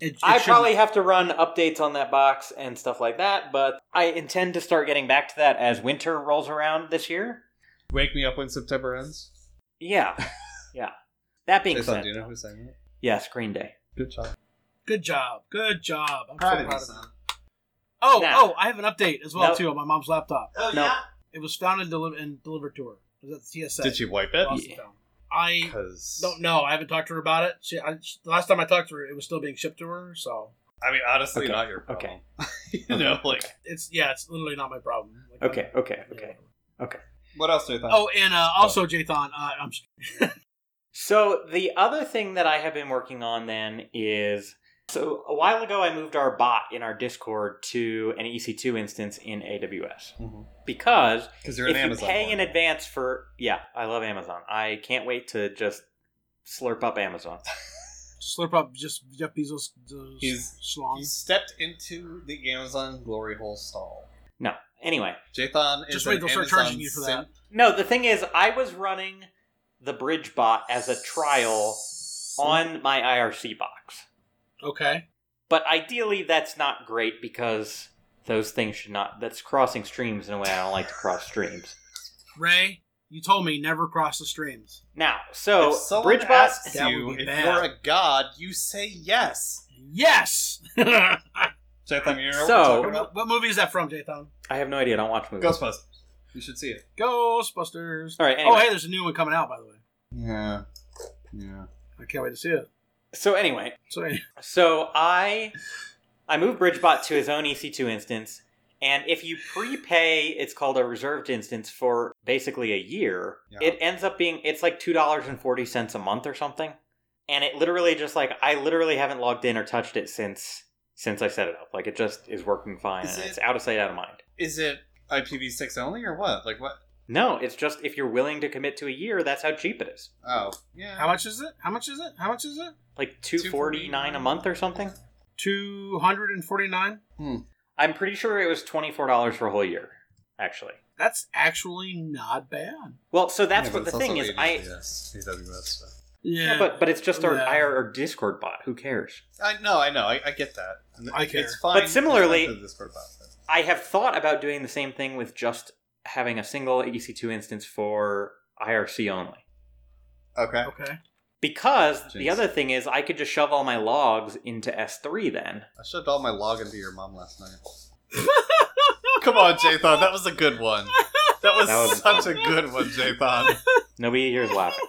It- it I shouldn't- probably have to run updates on that box and stuff like that, but I intend to start getting back to that as winter rolls around this year. Wake me up when September ends. Yeah, yeah. That being Jathan, said, do you know who's saying it? yes, Green Day. Good job. Good job. Good job. I'm Proud so of you, proud of you. son. Oh, Now- oh, I have an update as well Nope. too on my mom's laptop. Oh No. It was found and, deli- and delivered to her. It was at the TSA. Did you wipe it? Boston town. I Because don't know. I haven't talked to her about it. She, I, she- the last time I talked to her, it was still being shipped to her. So I mean, honestly, Okay. not your problem. Okay. you know, like it's yeah, it's literally not my problem. Like, Okay, okay, I'm- okay. what else do you think? Oh, and uh, also Jathan, uh, I'm s- So the other thing that I have been working on then is so a while ago I moved our bot in our Discord to an EC2 instance in AWS because because Mm-hmm. you're if an you Amazon. pay in warrior. advance for yeah, I love Amazon. I can't wait to just slurp up Amazon. slurp up just Jeff Bezos the He's- schlong. he stepped into the Amazon glory hole stall. No. Anyway, Jathan is Just wait, an they'll start Amazon charging you for that. simp. no, the thing is I was running the bridge bot as a trial on my IRC box. okay. But ideally that's not great because those things should not that's crossing streams in a way I don't like to cross streams. Ray, you told me never cross the streams. Now, so if someone Bridgebot. asks That you would be if bad. you're a god, you say yes. Yes. what, Jathan, you know what we're So- talking about? what movie is that from, Jathan? I have no idea. I don't watch movies. Ghostbusters. You should see it. Ghostbusters. All right. Oh, Anyway. hey, there's a new one coming out, by the way. Yeah. Yeah. I can't wait to see it. So anyway, So, yeah. so I I moved Bridgebot to his own EC2 instance, and if you prepay, it's called a reserved instance for basically a year. Yeah. It ends up being it's like two dollars and forty cents a month or something, and it literally just like I literally haven't logged in or touched it since since I set it up. Like it just is working fine, Is and it- it's out of sight, out of mind. Is it IPv6 only or what? Like what? No, it's just if you're willing to commit to a year, that's how cheap it is. Oh, yeah. how much is it? How much is it? How much is it? Like two forty nine a month or something. 249 I'm pretty sure it was twenty four dollars for a whole year, actually. That's actually not bad. Well, so that's Yeah, but what the it's thing also is. I AWS, AWS stuff. Yeah, but but it's just our Yeah. IR or Discord bot. Who cares? I know, I know, I, I get that. And I care. It's fine. But similarly- it's not the Discord bot, but- I have thought about doing the same thing with just having a single EC2 instance for IRC only. Okay. okay. Because the Jeez. other thing is, I could just shove all my logs into S3 then. I shoved all my log into your mom last night. Come on, Jathan, that was a good one. That was, That was- such a good one, Jathan. Nobody here is laughing.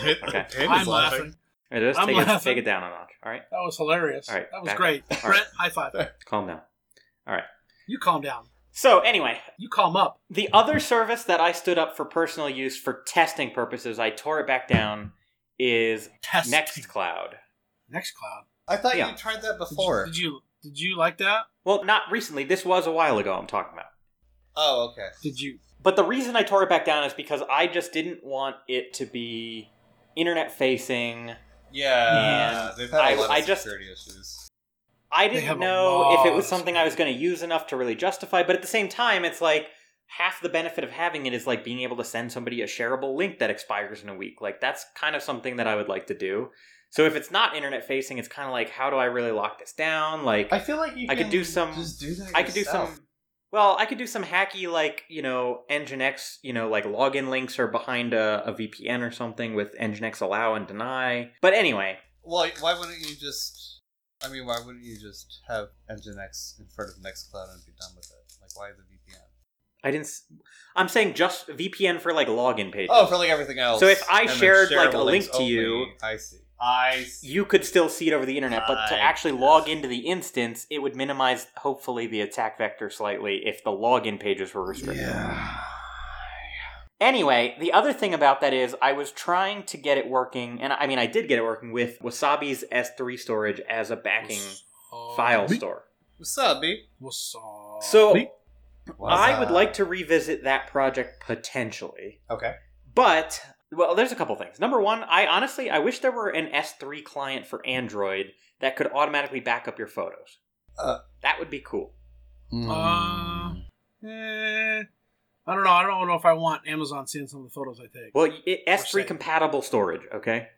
Jathan Okay. Payne is I'm laughing. All right, let's I'm take it, laughing. take it down a notch. All right, That was hilarious. All right, that was back up. great. All Brent, high five. calm down. You calm down. So anyway, You calm up. the other service that I stood up for personal use for testing purposes, I tore it back down, is Test Nextcloud. Next cloud. I thought Yeah. you tried that Did before. You, did you did you like that? Well, not recently. This was a while ago. I'm talking about. Oh, okay. Did you? But the reason I tore it back down is because I just didn't want it to be internet facing. Yeah, And they've had a I- lot of I just- security issues. I They have didn't a know if it was lot. something I was going to use enough to really justify, but at the same time, it's like half the benefit of having it is like being able to send somebody a shareable link that expires in a week. Like that's kind of something that I would like to do. So if it's not internet facing, it's kind of like how do I really lock this down? Like I feel like you I could can do some- Just do that. I could do yourself. some. Well, I could do some hacky like you know Nginx, you know like login links or behind a, a VPN or something with Nginx allow and deny. But anyway, Well, why wouldn't you just? I mean, why wouldn't you just have Nginx in front of Nextcloud and be done with it? Like, why the VPN? I didn't. s- I'm saying just VPN for like login pages. Oh, for like everything else. So if I and then shared, like, shareable a link links to you- only, I see. I see. you could still see it over the internet, but to I actually guess. log into the instance, it would minimize hopefully the attack vector slightly if the login pages were restricted. Yeah. Anyway, the other thing about that is I was trying to get it working, and I mean I did get it working with Wasabi's S3 storage as a backing Wasabi. file store. What's up, B? Wasabi. So What's I would up? like to revisit that project potentially. Okay. But well, there's a couple things. Number one, I honestly I wish there were an S3 client for Android that could automatically back up your photos. Uh. that would be cool. Hmm. Uh, eh, I don't know. I don't know if I want Amazon seeing some of the photos I take. Well, it, S3 saying- compatible storage, okay?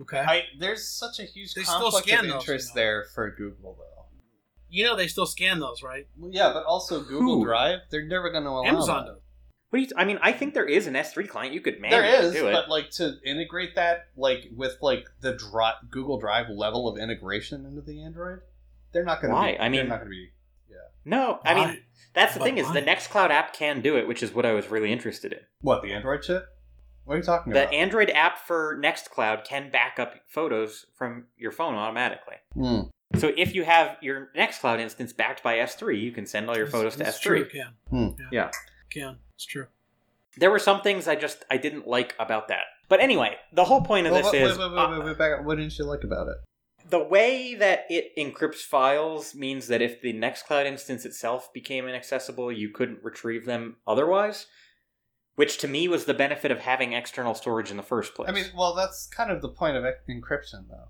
Okay. I, there's such a huge They still conflict scan of those, interest you know. there for Google, though. you know they still scan those, right? Well, yeah, but also Google Who? Drive, they're never going to allow Amazon that. does. What do you, I mean, I think there is an S3 client you could manually There is, do it. but like to integrate that like with like the dri- Google Drive level of integration into the Android, they're not going to. Why? Be, I mean- they're not going to be. no, I mean, that's the But thing is the why? Nextcloud app can do it, which is what I was really interested in. What the Android chip? What are you talking The about? Android app for Nextcloud can back up photos from your phone automatically. Hmm. So if you have your Nextcloud instance backed by S3, you can send all your photos to It's S3. true, Can. Hmm. Yeah. Yeah. Can. It's true. There were some things I just I didn't like about that. But anyway, the whole point of Well, this wait, is wait, wait, uh, wait, wait, back up. What didn't you like about it? the way that it encrypts files means that if the Nextcloud instance itself became inaccessible, you couldn't retrieve them otherwise, which to me was the benefit of having external storage in the first place. I mean, well, that's kind of the point of ec- encryption, though.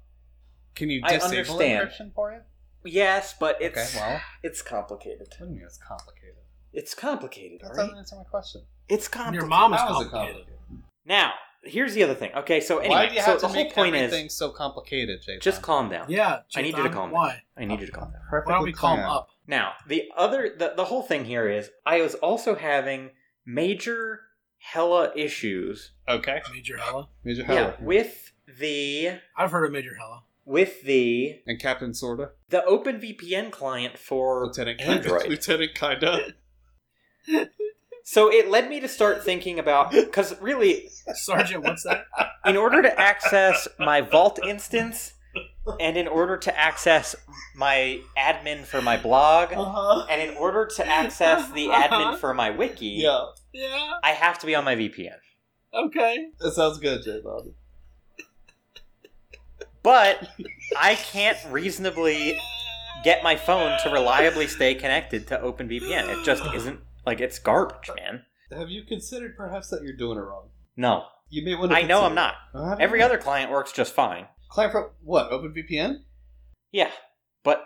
Can you I disable understand. encryption for you? yes, but it's Okay, well, it's complicated. what do you mean it's complicated? It's complicated, That all doesn't right? answer my question. It's And complicated. your mom is How is complicated. it complicated? Now, here's the other thing. Okay, so anyway, Why do you have so to the make whole point everything is so complicated, Jay? just calm down. Yeah. I need you to Chetan, calm down. Why? I need you to calm down. Why don't we calm up? Now, the other the, the whole thing here is I was also having major hella issues Okay. Major Hella. Major yeah, Howard. with the I've heard of Major Hella. with the and Captain Sorta. the OpenVPN client for Lieutenant Kinda. Android. Lieutenant Kinda. so it led me to start thinking about because really Sergeant, what's that? in order to access my Vault instance and in order to access my admin for my blog Uh-huh. and in order to access the admin for my wiki, Yeah. Yeah. I have to be on my VPN. Okay. That sounds good, Jay Bob. but I can't reasonably get my phone to reliably stay connected to OpenVPN. It just isn't like it's garbage, man. Have you considered perhaps that you're doing it wrong? No, You may want to I know I'm consider it. not. Uh, Every other client works just fine. client for what? OpenVPN? Yeah, but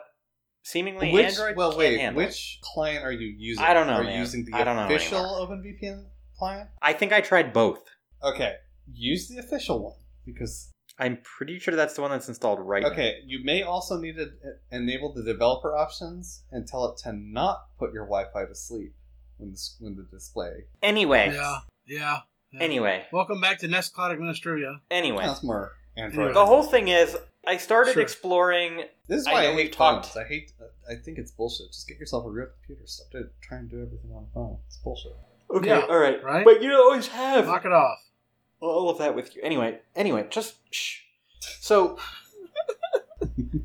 seemingly which Android. well can't wait, handle it. which client are you using? I don't know, Are you man. using the I don't know official OpenVPN client? I think I tried both. Okay, use the official one because I'm pretty sure that's the one that's installed right now. Okay, you may also need to e-, enable the developer options and tell it to not put your Wi-Fi to sleep when the, when the display. Anyway. Yeah, yeah. yeah. Anyway. Welcome back to Nest Cloud Administria. Anyway. That's more Android. The whole thing is, I started Sure. exploring. This is I why know I, we've hate talked- phones. I hate. I think it's bullshit. Just get yourself a real computer. Stop do- trying to do everything on a phone. It's bullshit. Okay, Yeah, all right, right? But you don't always have Knock it off. all of that with you. Anyway, anyway, just shh. So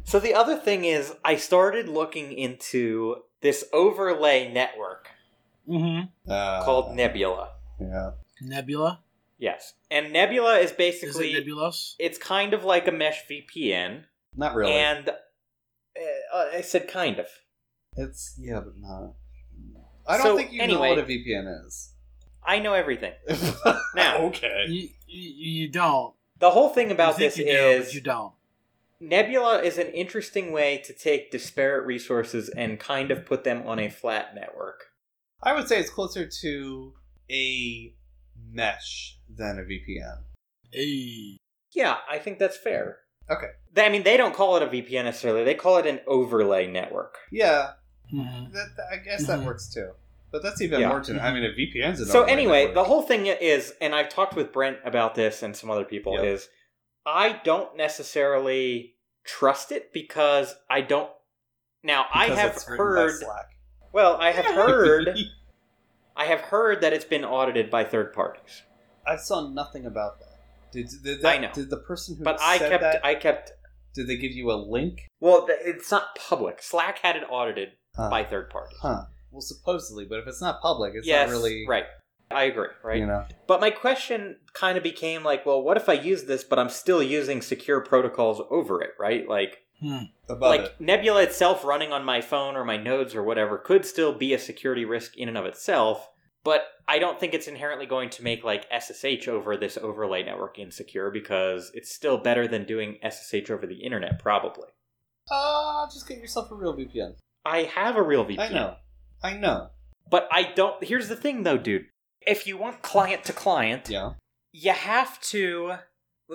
So the other thing is, I started looking into this overlay network Mm-hmm. Uh, called Nebula. Yeah. Nebula. Yes, and Nebula is Is basically it Nebulos? it's kind of like a mesh VPN, Not really. and uh, I said kind of. it's yeah, but not. I don't So, think you anyway- know what a VPN is. I know everything. Now- okay. You, you, you don't. The whole thing You about think this you do, but is you don't. Nebula is an interesting way to take disparate resources and kind of put them on a flat network. I would say it's closer to a mesh than a VPN. Hey. Yeah, I think that's fair. Okay. They- I mean, they don't call it a VPN necessarily. They call it an overlay network. Yeah, hmm that, that- I guess that Mhm. works too. But that's even Mm-hmm. Yeah. more. To, I mean, a VPN's an So overlay anyway, network. the whole thing is, and I've talked with Brent about this and some other people, Yeah. is I don't necessarily trust it because I don't. Now Because I have it's written by heard. Slack. Well, I have heard. I have heard that it's been audited by third parties, I saw nothing about that. Did, did that, I know. Did the person who but said I kept. that? I kept. Did they give you a link? Well, th- it's not public. Slack had it audited Huh. by third parties. Huh. Uh, Well, supposedly, but if it's not public, it's yes, not really right. I agree. Right. You know. But my question kind of became like, well, what if I use this, but I'm still using secure protocols over it, right? Like, Above like it. Nebula itself running on my phone or my nodes or whatever could still be a security risk in and of itself. But I don't think it's inherently going to make like SSH over this overlay network insecure because it's still better than doing SSH over the internet, probably. Uh, just get yourself a real VPN. I have a real VPN. I know. I know. But I don't. Here's the thing though, dude. If you want client to client, Yeah. you have to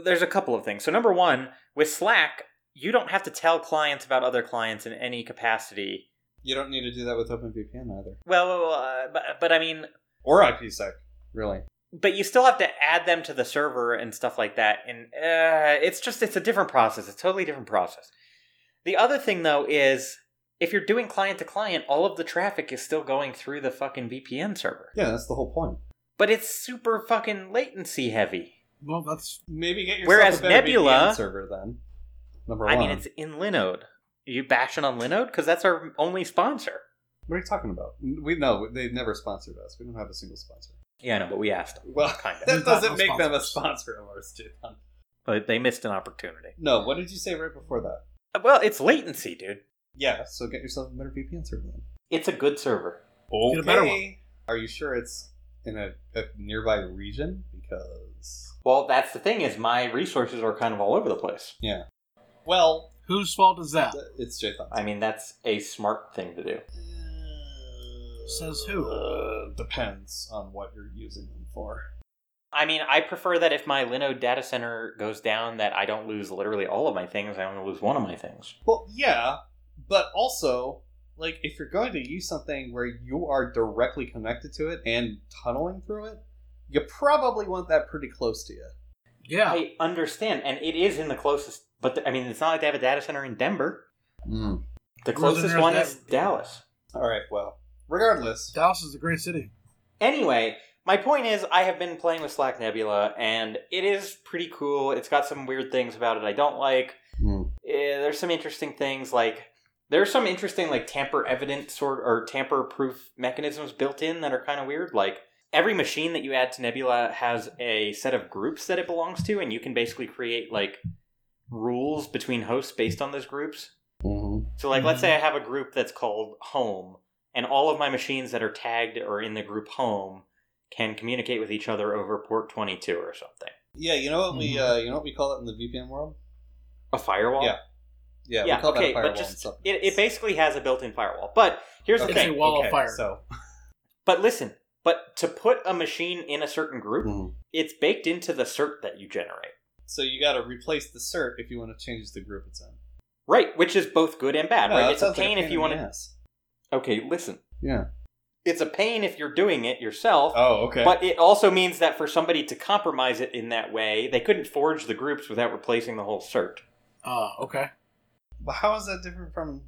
there's a couple of things so number one with slack you don't have to tell clients about other clients in any capacity You don't need to do that with OpenVPN either, well uh, but, but i mean or IPsec. Really. but you still have to add them to the server and stuff like that and uh, it's just it's a different process it's a totally different process the other thing though is if you're doing client to client all of the traffic is still going through the fucking vpn server Yeah, that's the whole point. but it's super fucking latency heavy Well, that's Maybe get yourself Whereas a better Nebula- VPN server then. Number one. I mean, it's in Linode. you bashing on Linode? Because that's our only sponsor. what are you talking about? We no, they've never sponsored us. We don't have a single sponsor. Yeah, I know, but we asked them. Well, Kind of. that We've got doesn't no make them a sponsors. sponsor of ours, Jason. But they missed an opportunity. No, what did you say right before that? Uh, Well, it's latency, dude. Yeah, so get yourself a better VPN server then. It's a good server. Okay. Get a better one. Are you sure it's in a, a nearby region? Because Well, that's the thing is my resources are kind of all over the place. well, whose fault is that? th- it's JSON. I mean, that's a smart thing to do. Says who? Uh, depends on what you're using them for. I mean, I prefer that if my Linode data center goes down, that I don't lose literally all of my things. I only lose one of my things. Well, yeah, but also, like, if you're going to use something where you are directly connected to it and tunneling through it, you probably want that pretty close to you. Yeah. I understand, and it is in the closest. But I mean, it's not like they have a data center in Denver. Mm. The Where's the closest nearest one data- is Dallas. All right. Well, regardless, Dallas is a great city. Anyway, my point is, I have been playing with Slack Nebula, and it is pretty cool. It's got some weird things about it I don't like. Hmm. Eh, there's some interesting things like there's some interesting like tamper evident sort or tamper proof mechanisms built in that are kind of weird. Like every machine that you add to Nebula has a set of groups that it belongs to, and you can basically create like rules between hosts based on those groups. Mm-hmm. So, like, let's say I have a group that's called Home, and all of my machines that are tagged or in the group Home can communicate with each other over port 22 or something. yeah, you know what we Mm-hmm. Mhm. uh, you know what we call it in the VPN world? A firewall? Yeah, Yeah, Yeah, we call that okay, a firewall but in just some it, it places. basically has a built-in firewall. But here's the It's thing. a wall of fire. So But listen, Mm. Mm-hmm. but to put a machine in a certain group, it's baked into the cert that you generate. So you got to replace the cert if you want to change the group it's in. Right, which is both good and bad, No, right? that It's a sounds like pain if in you the want to. ass. Okay, listen. Yeah. It's a pain if you're doing it yourself, Oh, okay. but it also means that for somebody to compromise it in that way, they couldn't forge the groups without replacing the whole cert. Oh, okay. But how is that different from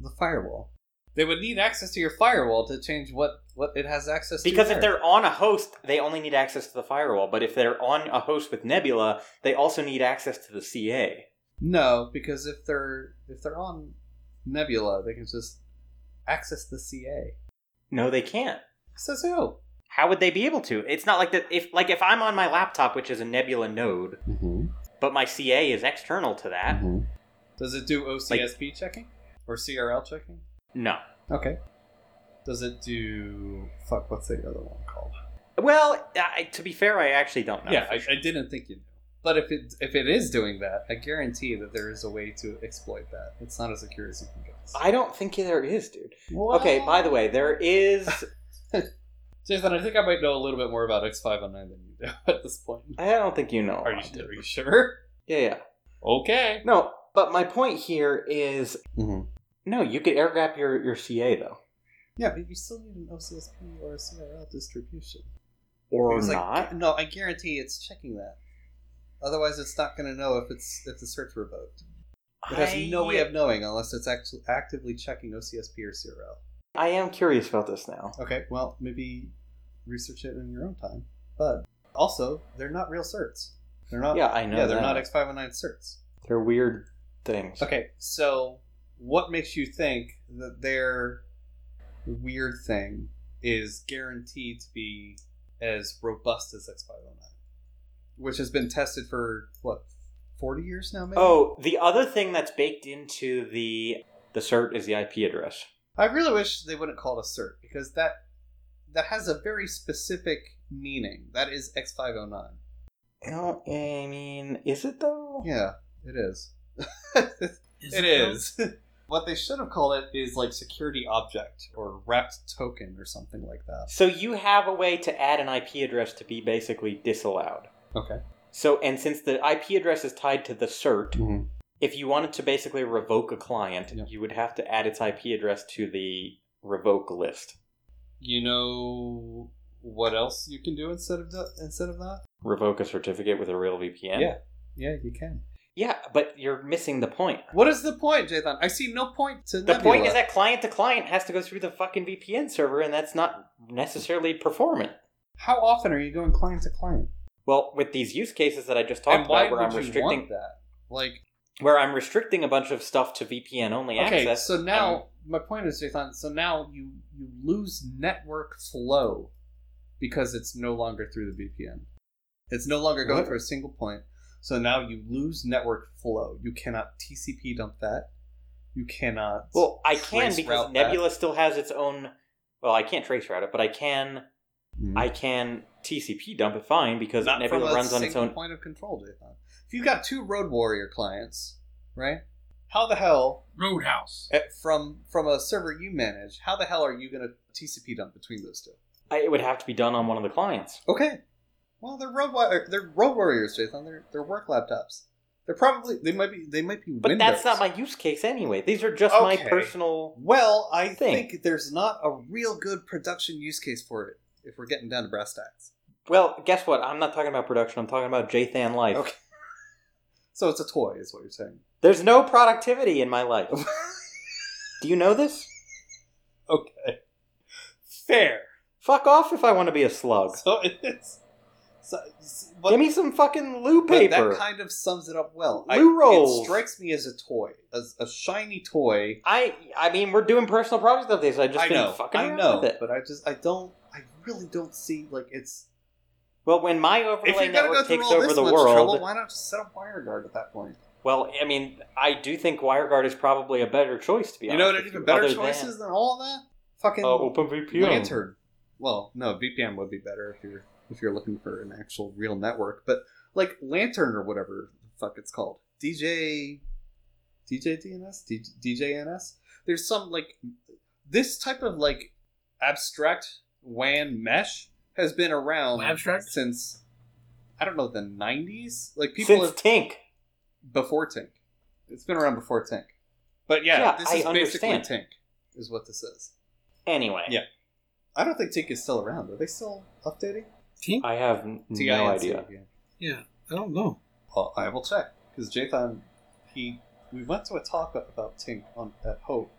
the firewall? They would need access to your firewall to change what what it has access to. Because if there. they're on a host, they only need access to the firewall. But if they're on a host with Nebula, they also need access to the CA. no, because if they're if they're on Nebula, they can just access the CA. No, they can't. Says who? How would they be able to? It's not like that. If like if I'm on my laptop, which is a Nebula node, Mm-hmm. but my CA is external to Ah. that. Does it do OCSP checking or CRL checking? No. Okay. Does it do fuck? What's the other one called? Well, I, to be fair, I actually don't know. yeah, I, I didn't think you knew. But if it if it is doing that, I guarantee that there is a way to exploit that. It's not as secure as you can guess. I don't think there is, dude. Okay, by the way, there is. Jason, I think I might know a little bit more about X509 than you do at this point. I don't think you know. Are about you, it. are you sure? Yeah, yeah. Okay. No, but my point here is Mm-hmm. no. You could air gap your your CA though, Yeah, but you still need an OCSP or a CRL distribution. or It's like- not. no, I guarantee it's checking that. Otherwise, it's not going to know if it's if the search revoked. It has no way of knowing unless it's actually actively checking OCSP or CRL. I am curious about this now. Okay, well, maybe research it in your own time. But also, they're not real certs. They're not. Yeah, I know. Uh, yeah they're that. not X509 certs. They're weird things. Okay, so what makes you think that their weird thing is guaranteed to be as robust as X509? Which has been tested for, what, 40 years now, maybe? Oh, the other thing that's baked into the the cert is the IP address. I really wish they wouldn't call it a cert, because that that has a very specific meaning. That is X509. No, I mean, is it though? Yeah, it is. it though? is. what they should have called it is like security object or wrapped token or something like that. So you have a way to add an IP address to be basically disallowed. Okay. So and since the IP address is tied to the cert, if you wanted to basically revoke a client, Yeah. you would have to add its IP address to the revoke list. You know what else you can do instead of that? Instead of that? Revoke a certificate with a real VPN. Yeah. Yeah, you can. Yeah, but you're missing the point. What is the point, Jathan? I see no point to The Nebula. point is that client to client has to go through the fucking VPN server, and that's not necessarily performant. how often are you going client to client? Well, with these use cases that I just talked and why about, where would I'm you want restricting that? Like, where I'm restricting a bunch of stuff to VPN only okay, access. so um, now my point is, Jathan. So now you you lose network flow because it's no longer through the VPN. It's no longer going What? through a single point. So now you lose network flow. You cannot TCP dump that. You cannot. well, I can trace because route that. Nebula still has its own. Well, I can't trace route it, but I can. Mhm. I can TCP dump it fine because Not Nebula from a runs on its single own. point of control, Jathan. If you've got two Road Warrior clients, right? How the hell Roadhouse. eh, from from a server you manage? How the hell are you going to TCP dump between those two? I, it would have to be done on one of the clients. Okay. Well, they're road warrior, they're road warriors, Jathan. They're they're work laptops. They're probably they might be they might be. But that's not Windows. my use case anyway. These are just my Okay. personal. Well, I Thing. think there's not a real good production use case for it. If we're getting down to brass tacks, Well, guess what? I'm not talking about production. I'm talking about JThan life. Okay. so it's a toy, is what you're saying. There's no productivity in my life. Do you know this? okay. Fair. Fuck off if I want to be a slug. So it's. So, but, Give me some fucking loo but paper. that kind of sums it up well. I- Loo rolls. It strikes me as a toy, as a shiny toy. I I mean, we're doing personal projects updates. I just I been know, fucking I around know, with it. but I just I don't I really don't see like it's Well, when my if overlay you're gonna go network through takes all over this the much world, trouble, why not just set up WireGuard at that point? well, I mean, I do think WireGuard is probably a better choice to be You honest. know what an with even you, better Oh, other choice than, is than all of that? Fucking uh, OpenVPN. Lantern. Well, no, VPN would be better if you're if you're looking for an actual real network, but like Lantern or whatever the fuck it's called, DJ, DJ DNS, DJ, DJNS. There's some like this type of like abstract WAN mesh has been around Abstract? since I don't know the '90s. Like people Since have Tink. before Tink. It's been around before Tink. But yeah, Yeah, this I is understand. basically Tink, is what this is. Anyway. Yeah. I don't think Tink is still around. Are they still updating? I have n- no T-I-N-C, idea. yeah. Yeah, I don't know. Well, I will check because Jathan, he we went to a talk about Tink on at Hope,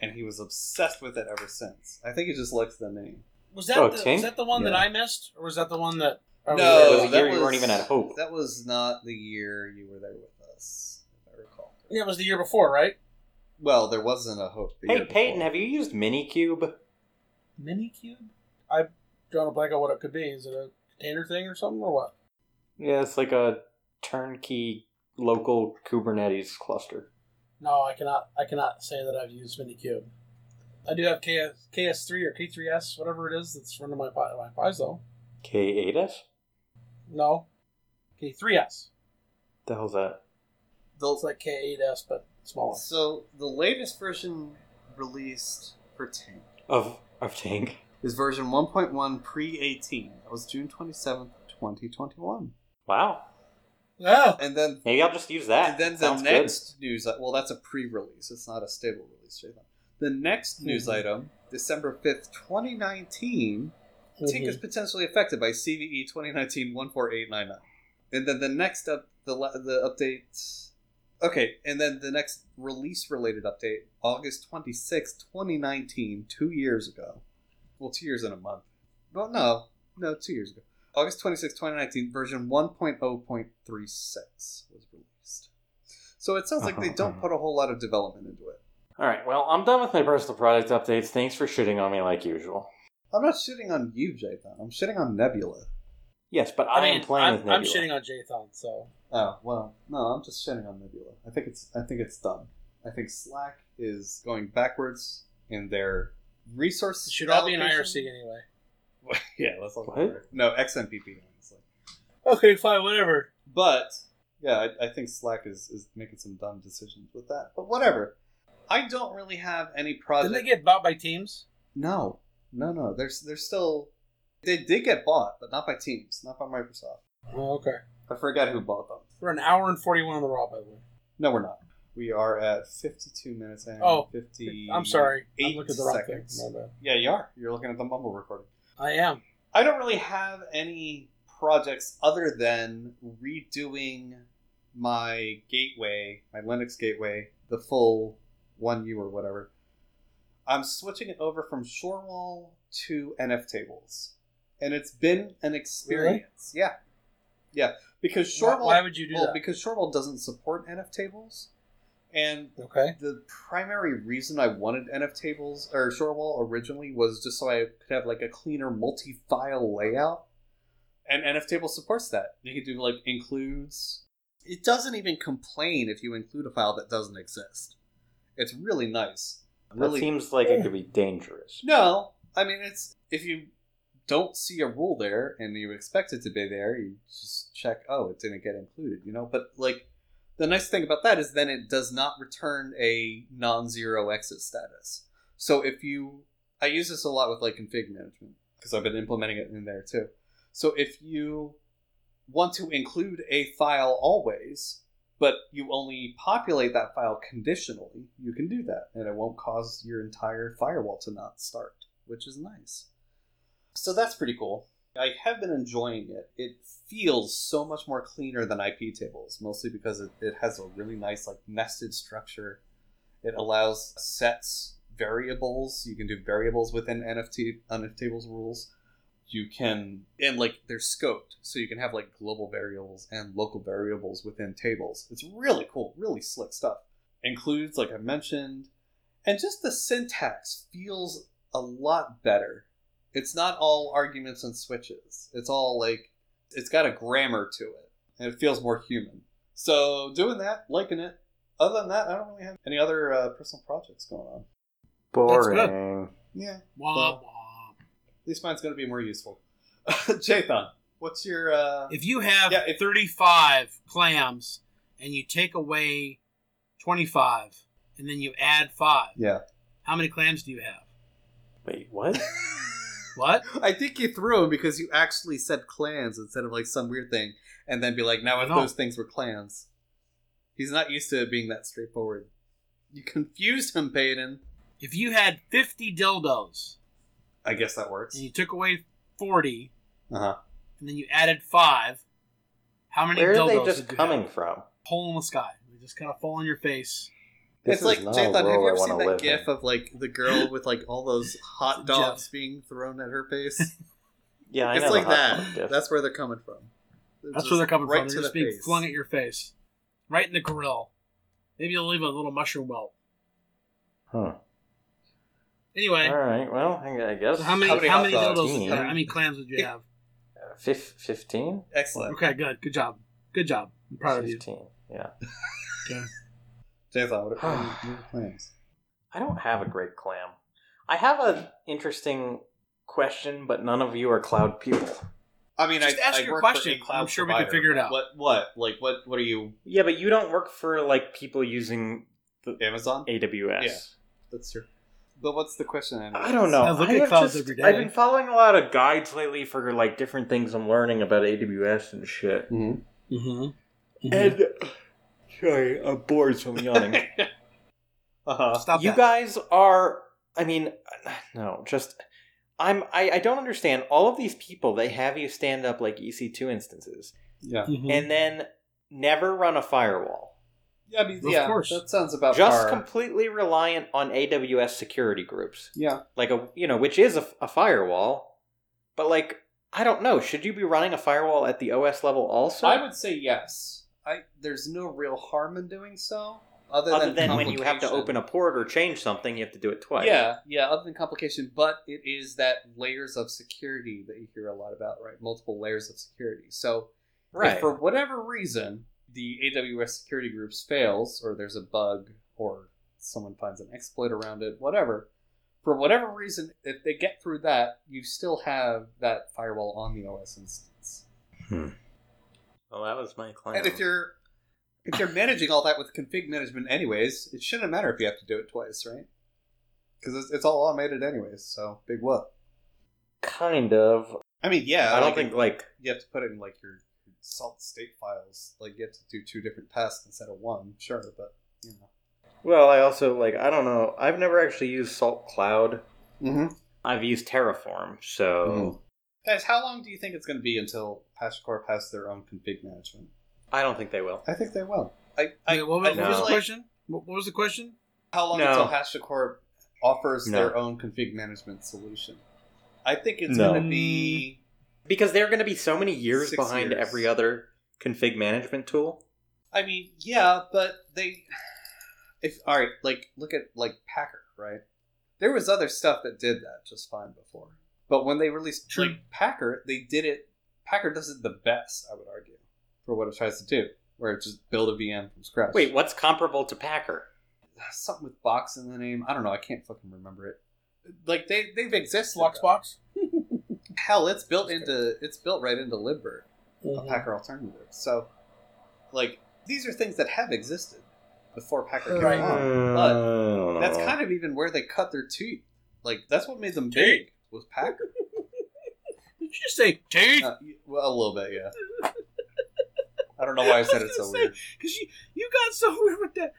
and he was obsessed with it ever since. I think he just likes the name. Was that Oh, the, Tink? was that the one that Yeah. I missed, or was that the one that? or was No, that- was a year you weren't even at Hope. That was not the year you were there with us, if I recall. yeah, it was the year before, right? Well, there wasn't a Hope. The Hey year Peyton, before. have you used Minicube? Mini cube. I drawn a blank on what it could be. Is it a container thing or something, or what? Yeah, it's like a turnkey local Kubernetes cluster. No, I cannot. I cannot say that I've used Minicube. I do have KS, KS3 or K3S, whatever it is that's running my Pi- my Pis though. K8S? No, K3S. The hell's that? It's like K8S but smaller. So the latest version released for Tink Of of Tink. is version 1.1 pre-18. That was June 27th, 2021. Wow. Yeah. And then Maybe I'll just use that. and then the Sounds next news well that's a pre-release. It's not a stable release, Jalen. The next news Mhm. item, December 5th, 2019, Mm-hmm. Tink is potentially affected by E CVE 2019-14899. And then the next up the la- the update Okay, and then the next release related update, August 26th, 2019, 2 years ago. Well, 2 years and a month. Well, no. No, 2 years ago. August 26th, 2019, version 1.0.36 was released. So it sounds like they don't put a whole lot of development into it. All right. Well, I'm done with my personal product updates. Thanks for shitting on me like usual. I'm not shitting on you, Jathan. I'm shitting on Nebula. Yes, but I, I mean, am playing I'm, with Nebula. I'm shitting on Jathan, so Oh well, no, I'm just shitting on Nebula. I think it's I think it's done. I think Slack is going backwards in their resources. it should all be in IRC allocation. anyway. yeah, let's all What? go No XMPP, honestly. Okay, fine, whatever. But yeah, I, I think Slack is is making some dumb decisions with that. But whatever. I don't really have any Didn't project. they get bought by Teams? no, no, no. There's there's still they did get bought, but not by Teams, not by Microsoft. Oh, okay. I forgot who bought them. We're an hour and forty-one on the raw, by the way. No, we're not. We are at 52 minutes and Oh, 50. I'm sorry. I'm eight looking at the wrong seconds. thing. My bad. Yeah, you are. You're looking at the mumble recording. I am. I don't really have any projects other than redoing my gateway, my Linux gateway, the full 1U or whatever. I'm switching it over from Shorewall to NF tables. And it's been an experience. Yeah. Yeah. Because Why, Shorewall why would you do well, that? because Shorewall doesn't support NF tables. And okay. the primary reason I wanted NF tables or Shorewall originally was just so I could have like a cleaner multi-file layout, and NF table supports that. You can do like includes. It doesn't even complain if you include a file that doesn't exist. It's really nice. That Really, seems like it could be dangerous. no, I mean it's if you don't see a rule there and you expect it to be there, you just check. Oh, it didn't get included, you know. But like the nice thing about that is then it does not return a non-zero exit status. So if you, I use this a lot with like config management because I've been implementing it in there too. So if you want to include a file always, but you only populate that file conditionally, you can do that, and it won't cause your entire firewall to not start, which is nice. So that's pretty cool. I have been enjoying it. It feels so much more cleaner than IP tables, mostly because it, it has a really nice like nested structure. It allows sets variables. You can do variables within NFT NF tables rules. You can and like they're scoped, so you can have like global variables and local variables within tables. It's really cool, really slick stuff. Includes, like I mentioned, and just the syntax feels a lot better it's not all arguments and switches. It's all like it's got a grammar to it, and it feels more human. So doing that, liking it. Other than that, I don't really have any other uh, personal projects going on. good. Boring. Yeah, at Womp least mine's going to be more useful. Jathan, what's your? Uh... womp. If you have Yeah, if- 35 clams and you take away 25 and then you add 5, Yeah. how many clams do you have? Wait, what? What? I think you threw him because you actually said clans instead of like some weird thing, and then be like, now if No. those things were clans. He's not used to it being that straightforward. You confused him, Peyton. If you had 50 dildos I guess that works. and you took away 40 Uh huh. and then you added 5, how many Where dildos are they just would you coming have? from? Hole in the sky. They just kind of fall on your face. This it's like is not Jathan, a have world you I ever wanna seen that live in. gif of like the girl with like all those hot Jeff. dogs being thrown at her face? Yeah, I it's know like the hot that. dog gift. That's where they're coming from. They're That's just where they're coming right from. To They're the just being face. flung at your face. Right in the grill. Maybe you'll leave a little mushroom welt. Huh. Anyway, All right. Well, I I guess. so how many How many how many hot dogs? dildos? Fifteen. How many clams would you have? Fif- Fifteen. Excellent. Okay, good. Good job. Good job. I'm proud of you. Fifteen. Yeah. Jathan, what are what are your plans? I don't have a great clam. I have an interesting question, but none of you are cloud people. I mean, Just I, ask I your work question. For a cloud I'm sure we can provider. figure it out. What? What? Like what? What are you? Yeah, but you don't work for like people using Amazon? AWS. Yeah. That's true. But what's the question? Anyway? I don't know. I look I at have clouds just- every day. I've been following a lot of guides lately for like different things I'm learning about AWS and shit. Mhm. Mm-hmm. And sorry, I'm bored, so I'm yawning. Uh-huh. Stop you that. guys are i mean no just i'm I, I don't understand all of these people they have you stand up like ec2 instances Yeah. Mhm. and then never run a firewall Yeah. I mean, Of yeah. course. That sounds about par. just completely reliant on aws security groups yeah. like a you know which is a, a firewall but like i don't know should you be running a firewall at the os level also I would say yes. I there's no real harm in doing so, other, other than when you have to complication. open a port or change something you have to do it twice Yeah, yeah, other than complication, but it is that layers of security that you hear a lot about, right? Multiple layers of security. So, right if for whatever reason, the AWS security groups fails, or there's a bug, or someone finds an exploit around it, whatever, for whatever reason, if they get through that, you still have that firewall on the OS instance. well that was my claim And if you're if you're managing all that with config management anyways, it shouldn't matter if you have to do it twice, right? Because it's, it's all automated anyways, so big what? kind of I mean, yeah. i don't like, think like you have to put it in like your your salt state files. Like you have to do two different tests instead of one. Sure, but you know. Well, I also like I don't know. I've never actually used Salt Cloud. Mm-hmm. I've used Terraform, so Guys, how long do you think it's going to be until HashiCorp has their own config management? I don't think they will. I think they will. I, I Wait, what was, I what no. was feel the like- question? What, what was the question? how long No. until HashiCorp offers No. their own config management solution? I think it's No. going to be. Because they're going to be so many years Six behind years. every other config management tool. I mean, yeah, but they. If all right, like look at like Packer, right? There was other stuff that did that just fine before, but when they released True. like, Packer, they did it. Packer does it the best, I would argue, for what it tries to do, where it just build a VM from scratch. Wait, what's comparable to Packer? something with box in the name? I don't know. I can't fucking remember it. Like they they've existed. Flux box. Hell, it's built into it's built right into Libbird. Mm-hmm. a Packer alternative. So, like, these are things that have existed before Packer came Right. along. But That's kind of even where they cut their teeth. Like, that's what made them Teeth? big was Packer. Did you just say teeth? Uh, y- well, a little bit, yeah. I don't know why I said it so weird. Because you you got so weird with that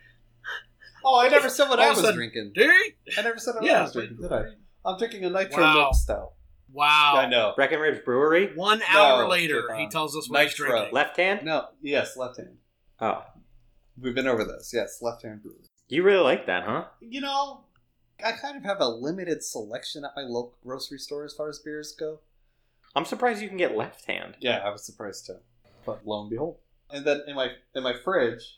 Oh, I never said what All I of was a sudden- drinking. teeth. I never said what I Yeah. was drinking, did I? I'm drinking a nitro Wow. milk stout. Wow. I know. Breckenridge Brewery. One hour No, later, Jathan. he tells us what he's Nitro. drinking. Left hand. No, yes, left hand. Oh, We've been over this. Yes, left hand brewer. you really like that, huh? you know, I kind of have a limited selection at my local grocery store as far as beers go. I'm surprised you can get left hand. Yeah, I was surprised too. But lo and behold, and then in my in my fridge,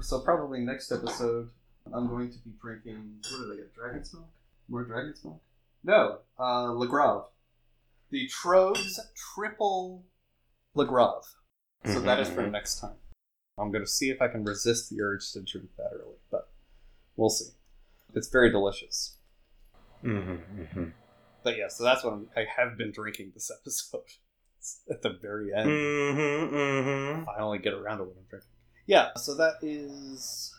so probably next episode, I'm going to be drinking. What did I get? Dragon's milk? More dragon's milk? No, uh, Lagrave, the Troves Triple Lagrave. So that is for Mhm. next time. I'm going to see if I can resist the urge to drink that early, but we'll see. It's very delicious. Mhm, But yeah, so that's what I'm, I have been drinking this episode. It's at the very end, mhm, mhm. I only get around to what I'm drinking. Yeah, so that is.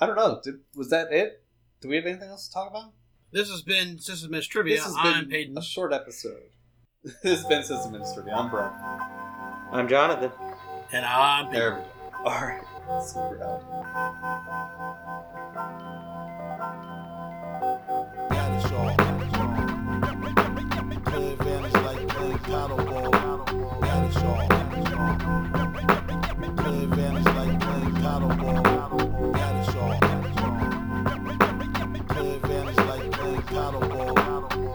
I don't know. Did, was that it? Do we have anything else to talk about? This has been System Miss Trivia. This has I'm been Peyton. a short episode. this has been System Minister. I'm Brett. I'm Jonathan. And I'm Peyton. There we go. All right. Super out. That's all. Play advantage like playing paddle ball. That is all. Play advantage like playing paddle ball. That is all. Play advantage like playing paddle ball.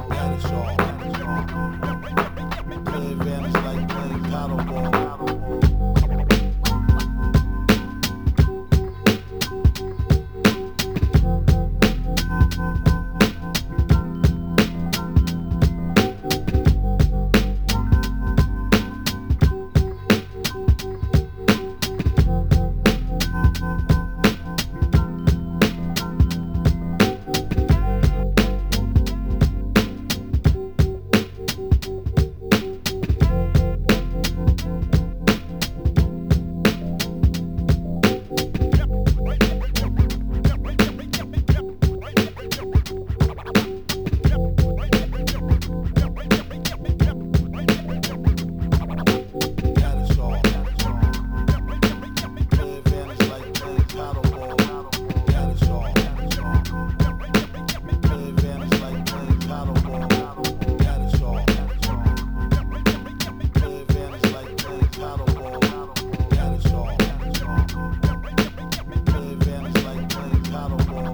That is all. Play advantage like playing paddle ball. That is all. Play advantage like playing paddleball. That is all. Play advantage like playing paddleball. That is all. Play advantage like playing paddleball. That is all. Play advantage like playing paddleball.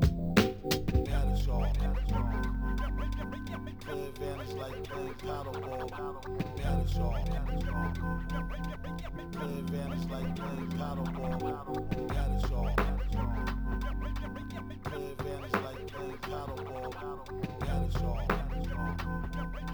That is all. Play advantage like playing paddleball. That is all. Play advantage like playing paddleball. That is all. Play advantage like playing paddleball. That is all.